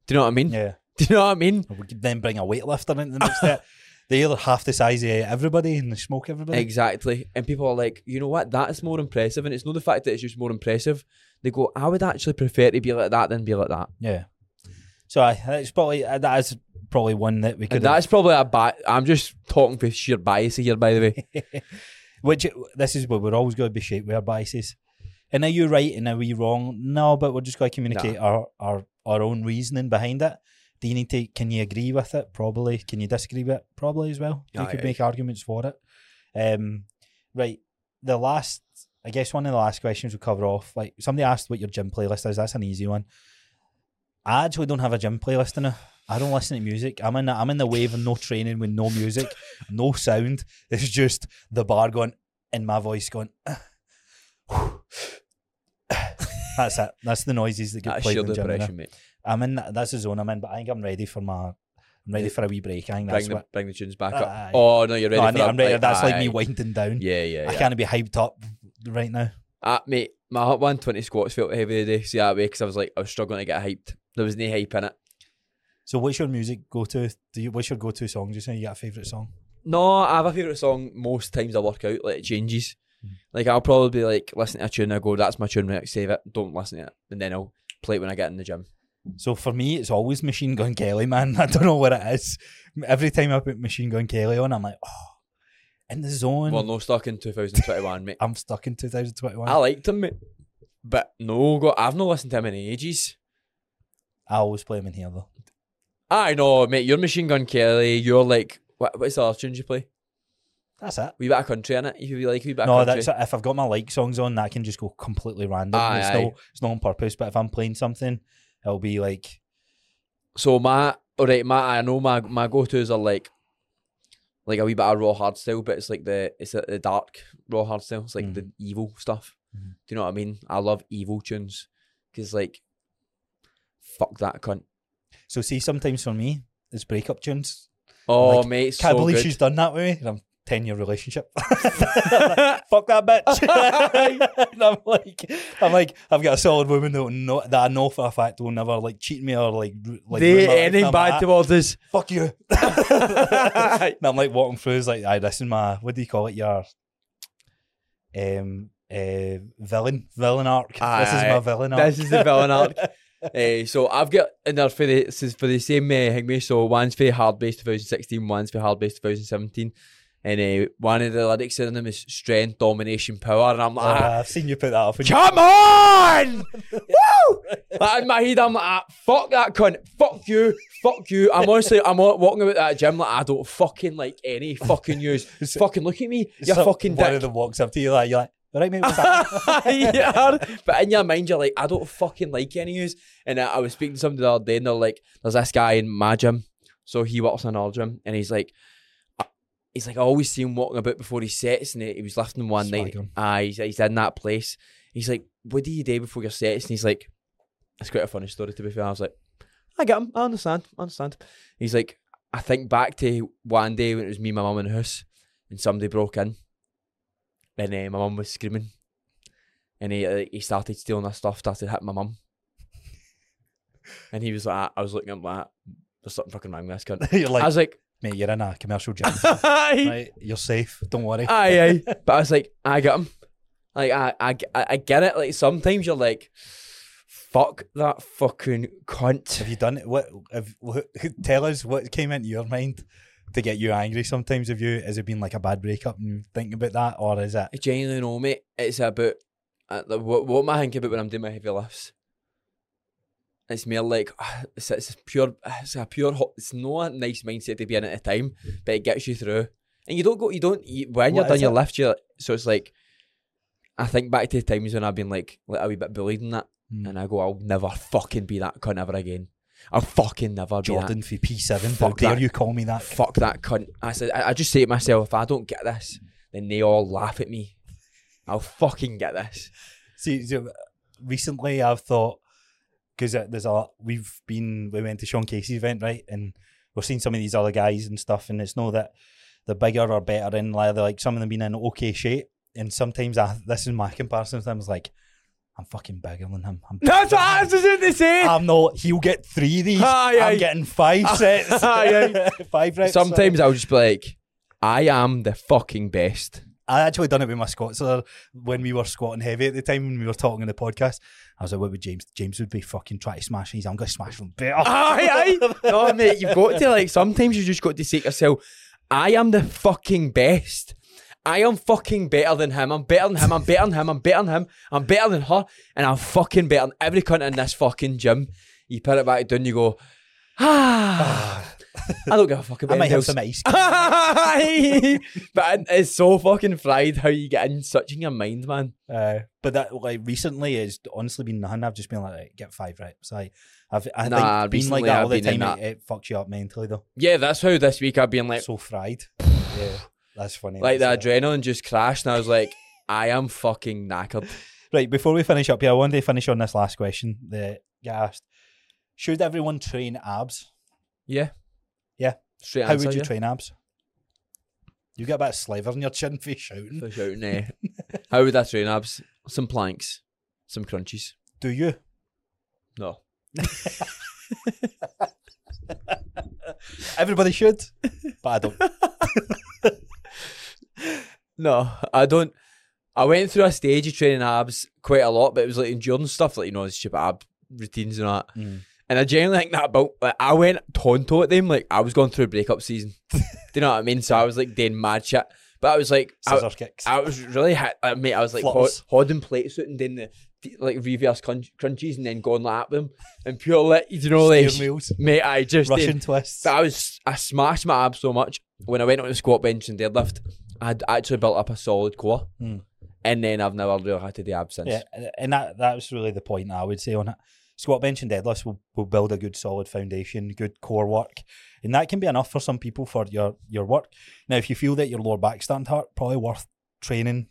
Do you know what I mean? Yeah. <laughs> Do you know what I mean? We could then bring a weightlifter into the next <laughs> step. They're half the size of everybody and they smoke everybody. Exactly. And people are like, you know what? That's more impressive. And it's not the fact that it's just more impressive. They go, I would actually prefer to be like that than be like that. Yeah. So I, that's probably uh, that is probably one that we could. And that's probably a bi- I'm just talking for sheer bias here, by the <laughs> way. Which this is what we're always going to be shaped by our biases. And are you right and are we wrong? No, but we're just going to communicate our, our our own reasoning behind it. Do you need to? Can you agree with it? Probably. Can you disagree with it? Probably as well. You Aye, could aye. make arguments for it. Um, right. The last, I guess, one of the last questions we'll cover off. Like somebody asked what your gym playlist is. That's an easy one. I actually don't have a gym playlist now. I don't listen to music. I'm in. I'm in the wave of no training with no music, <laughs> no sound. It's just the bar going and my voice going. <sighs> That's it. That's the noises that get That's played sheer in the gym. now. depression, mate. I'm in. that- That's the zone I'm in. But I think I'm ready for my. I'm ready for a wee break. I think Bring that's the, what. bring the tunes back Aye. up. Oh, no, you're ready No, I for need- that, I'm ready. that's like me aye. winding down. Yeah, yeah, I yeah. can't be hyped up right now. Ah, mate, my 120 squats felt heavy today. See that way because I was like, I was struggling to get hyped. There was no hype in it. So, what's your music go to? Do you? What's your go to song? Just now, you got a favorite song? No, I have a favourite song most times I work out, like it changes. Mm. Like I'll probably be like listen to a tune, I go, that's my tune, right, save it, don't listen to it. And then I'll play it when I get in the gym. So for me, it's always Machine Gun Kelly, man. <laughs> I don't know what it is. Every time I put Machine Gun Kelly on, I'm like, oh, in the zone. Well, no stuck in 2021, <laughs> mate. I'm stuck in 2021. I liked him, mate. But no, go I've not listened to him in ages. I always play him in here though. I know, mate, you're Machine Gun Kelly, you're like what, what's the other tunes you play? That's it. We bit of country in it. If you like, we bit No, of country. that's it. if I've got my like songs on, that can just go completely random. Aye, it's, aye. No, it's not on purpose. But if I'm playing something, it'll be like So my all right, my I know my my go tos are like like a wee bit of raw hard style, but it's like the it's the, the dark raw hard style. It's like the Mm-hmm. evil stuff. Mhm. Do you know what I mean? I love evil tunes because like fuck that cunt. so. See, sometimes for me, it's breakup tunes. Oh Like, mate, it's Can't so believe good. she's done that with me. And I'm ten year relationship. <laughs> fuck that <laughs> bitch. <laughs> and I'm like, I'm like, I've got a solid woman that, will know, that I know for a fact will never like cheat me or like, ru- like they ruin my life. ain't anything I'm bad like, "Ah, towards us. Fuck you. <laughs> <laughs> and I'm like walking through, it's like, aye, this is my what do you call it? Your um uh villain villain arc. Aye, this is aye. my villain arc. This is the villain arc. Eh, so I've got another for the this is for the same uh, Higme. So one's for hard base 2016, one's for hard base 2017, and uh, one of the lyrics in them is strength, domination, power, and I'm Uh, like. I've seen you put that up. And Come on! Woo! Like in my head, I'm like, ah, fuck that cunt, fuck you, fuck you. I'm honestly, I'm wa- walking about that gym like I don't fucking like any fucking news. fucking look at me, you're some- fucking One dick. of them walks up to you like you're like, all right, mate, what's that? <laughs> You are. But in your mind, you're like, I don't fucking like any news. And I, I was speaking to somebody the other day, and they're like, there's this guy in my gym, so he works in our gym, and he's like. I- He's like, I always see him walking about before he sets, and he, he was lifting one night. Swaggering. Ah, he's, he's in that place. He's like, What do you do before your sets? And he's like, It's quite a funny story, to be fair. I was like, I get him. I understand. I understand. He's like, I think back to one day when it was me, and my mum in the house, and somebody broke in, and uh, my mum was screaming, and he uh, he started stealing her stuff, started hitting my mum, <laughs> and he was like, I was looking at him like, there's something fucking wrong with this <laughs> cunt. you're like, I was like, mate, you're in a commercial gym. aye, right? <laughs> You're safe. Don't worry. <laughs> aye, aye. but I was like, I get him. Like I, I, g- I- I get it. Like sometimes you're like, fuck that fucking <laughs> cunt. Have you done it? What? Have, wh- tell us what came into your mind to get you angry sometimes of you? Has it been like a bad breakup and you think about that, or is it? I genuinely know, mate. It's about uh, like, what, what am I thinking about when I'm doing my heavy lifts? It's more like ah, it's, it's pure. It's a pure. ho- It's not a nice mindset to be in at the time, but it gets you through. And you don't go. You don't you, when What you're done is your it? lift. You so it's like I think back to the times when I've been like, like a wee bit bullied and that, Hmm. and I go, I'll never fucking be that cunt ever again. I'll fucking never be that Jordan for P7. How Fuck dare that. you call me that? fuck that cunt. I said, I, I just say to myself, if I don't get this, then they all laugh at me. I'll fucking get this. See, so recently I've thought because there's a lot, we've been we went to Sean Casey's event right, and we've seen some of these other guys and stuff, and it's no that they're bigger or better in like they're like some of them being in okay shape, and sometimes I <laughs> this is my comparison sometimes like I'm fucking bigger than him. I'm That's what I was just about to say. I'm not. He'll get three of these. Aye, I'm aye. getting five sets. Aye, <laughs> five reps. sorry. Sometimes I'll just be like, I am the fucking best. I actually done it with my squats uh, when we were squatting heavy at the time when we were talking in the podcast. I was like, "What would James? James would be fucking trying to smash these. I'm gonna smash them better." <laughs> Aye, <laughs> aye. No, mate, you've got to like. Sometimes you just got to say to yourself, I am the fucking best. I am fucking better than him. I'm better than him. I'm better than him. I'm better than him. I'm better than her. And I'm fucking better than every cunt in this fucking gym. You put it back down, you go, ah. I don't give a fuck <sighs> about I might have else. some ice. Aye. <laughs> but it- it's so fucking fried how you get in such in your mind, man. Uh, but that like recently has honestly been nothing. I've just been like, right, "Get five reps." I, I've I Nah, think being like recently that I've all the been in time it, that. it fucks you up mentally though. Yeah, that's how this week I've been like, so <sighs> fried. yeah, that's funny. like the That's it. adrenaline just crashed, and I was like, I am fucking knackered. Right, before we finish up here, I wanted to finish on this last question that you asked. Should everyone train abs? Yeah. Yeah. Straight How answer, would you yeah. train abs? You got a bit of sliver in your chin for shouting. For shouting, eh? <laughs> How would I train abs? Some planks, some crunches. Do you? No. Everybody should, but I <laughs> don't. No, I don't. I went through a stage of training abs quite a lot, but it was like endurance stuff, like, you know, the stupid ab routines and that. Mm. And I generally think that about, like, I went tonto at them, like, I was going through a breakup <laughs> season. Do you know what I mean? So I was like doing mad shit. But I was like, I, Scissor kicks. I was really hit, uh, mate. I was like ho- Flutters. holding plates out and then the like reverse crunch- crunches and then going like at them and pure like you know like Steer wheels, mate. I just did- Russian twists. I was I smashed my abs so much when I went on the squat bench and deadlift. I'd actually built up a solid core, Hmm. and then I've never really had to do abs since. Yeah, and that that was really the point I would say on it. Squat bench and deadlifts will, will build a good solid foundation, good core work, and that can be enough for some people for your your work. Now, if you feel that your lower back's starting to hurt, probably worth training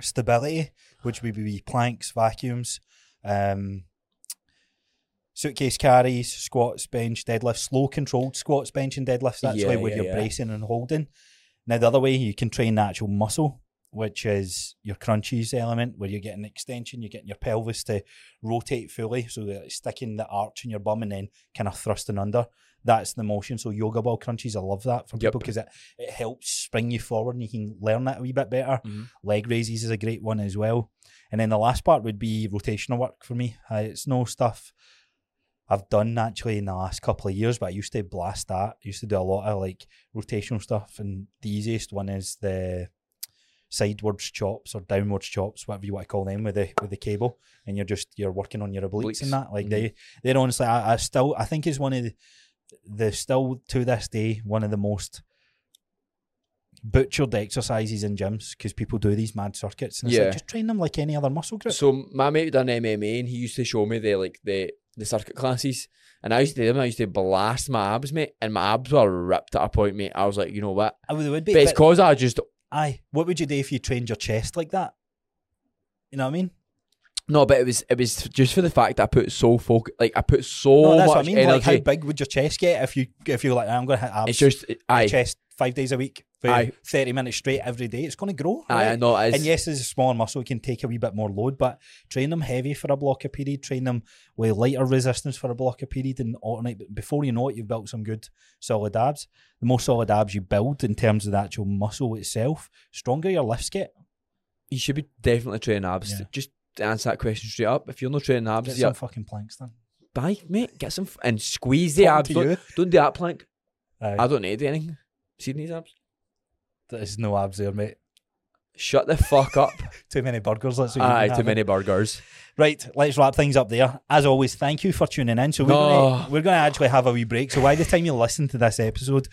stability, which would be planks, vacuums, um, suitcase carries, squats, bench, deadlifts, slow controlled squats, bench, and deadlifts. That's Yeah, like where yeah, you're yeah. bracing and holding. Now, the other way you can train the actual muscle, which is your crunches element, where you're getting extension, you're getting your pelvis to rotate fully, so that it's sticking the arch in your bum and then kind of thrusting under. That's the motion. So yoga ball crunches, I love that for Yep. people because it, it helps spring you forward and you can learn that a wee bit better. Mhm. Leg raises is a great one as well. And then the last part would be rotational work for me. Uh, it's no stuff I've done actually in the last couple of years, but I used to blast that. I used to do a lot of like rotational stuff, and the easiest one is the sidewards chops or downwards chops, whatever you want to call them, with the with the cable, and you're just you're working on your obliques, and Obliques. that. Like they they're honestly, I, I still I think is one of the, the still to this day one of the most butchered exercises in gyms because people do these mad circuits and it's Yeah. like just train them like any other muscle group. So my mate done MMA and he used to show me the like the the circuit classes and I used to do them. I used to blast my abs, mate, and my abs were ripped at a point, mate. I was like, you know what? I would, it would be, But it's but- cause I just aye. What would you do if you trained your chest like that? You know what I mean? no, but it was it was just for the fact that I put so focus, like I put so no, that's much what I mean. Like, energy. how big would your chest get if you if you're like, I'm going to hit abs, it's just I chest five days a week for Aye. thirty minutes straight every day? It's going to grow. I, right? I know it is. And yes, as a smaller muscle, it can take a wee bit more load, but train them heavy for a block of period, train them with lighter resistance for a block of period, and alternate. But before you know it, you've built some good solid abs. The more solid abs you build in terms of the actual muscle itself, stronger your lifts get. you should be definitely training abs. Yeah. Just to answer that question straight up. If you're not training abs, Get yeah, some fucking planks then. bye, mate. Get some f- and squeeze the Talking abs. to Don't, you. don't do that plank. Aye. I don't need anything. Seen these abs? There's no abs there, mate. Shut the <laughs> fuck up. Too many burgers. That's what you've been Aye, too having. many burgers. Right, let's wrap things up there. As always, thank you for tuning in. So we're Oh. gonna, we're going to actually have a wee break. So by the time you listen to this episode,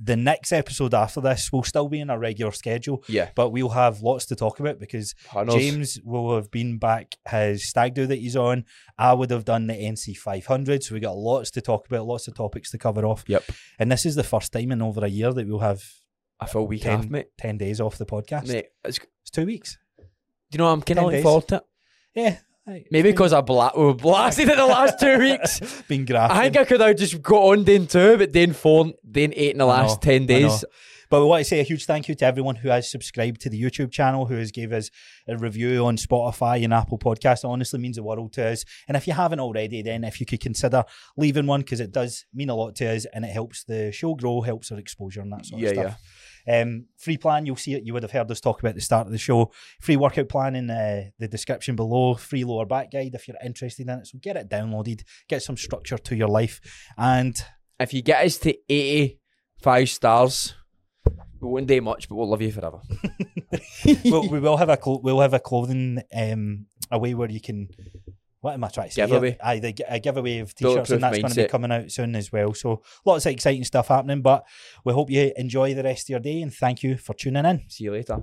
the next episode after this will still be in a regular schedule, Yeah. but we'll have lots to talk about because Hunners. James will have been back his stag do that he's on. I would have done the NC 500, so we got lots to talk about, lots of topics to cover off. Yep. And this is the first time in over a year that we'll have I feel weak Ten- half, mate. 10 days off the podcast. Mate, it's, do It's two weeks. you know, I'm kind Ten of looking days. forward to it. Yeah. Aye. Maybe because I bla- we were blasted in the last <laughs> two weeks. been grafting. I think I could have just got on day two, but day four, day eight in the I last know, 10 I know. days. But we want to say a huge thank you to everyone who has subscribed to the YouTube channel, who has gave us a review on Spotify and Apple Podcasts. It honestly means the world to us. And if you haven't already, then if you could consider leaving one, because it does mean a lot to us and it helps the show grow, helps our exposure and that sort Yeah, of stuff. Um, free plan, you'll see it. You would have heard us talk about at the start of the show. Free workout plan in uh, the description below. Free lower back guide if you're interested in it. So get it downloaded, get some structure to your life. And If you get us to 85 stars, we won't do much, but we'll love you forever. <laughs> well, we will have a clo- we'll have a clothing um a way where you can. What am I trying to say? Giveaway. Aye, the, gi- a giveaway of t-shirts, Bulletproof and that's going to be mindset. coming out soon as well. So lots of exciting stuff happening. But we hope you enjoy the rest of your day, and thank you for tuning in. See you later.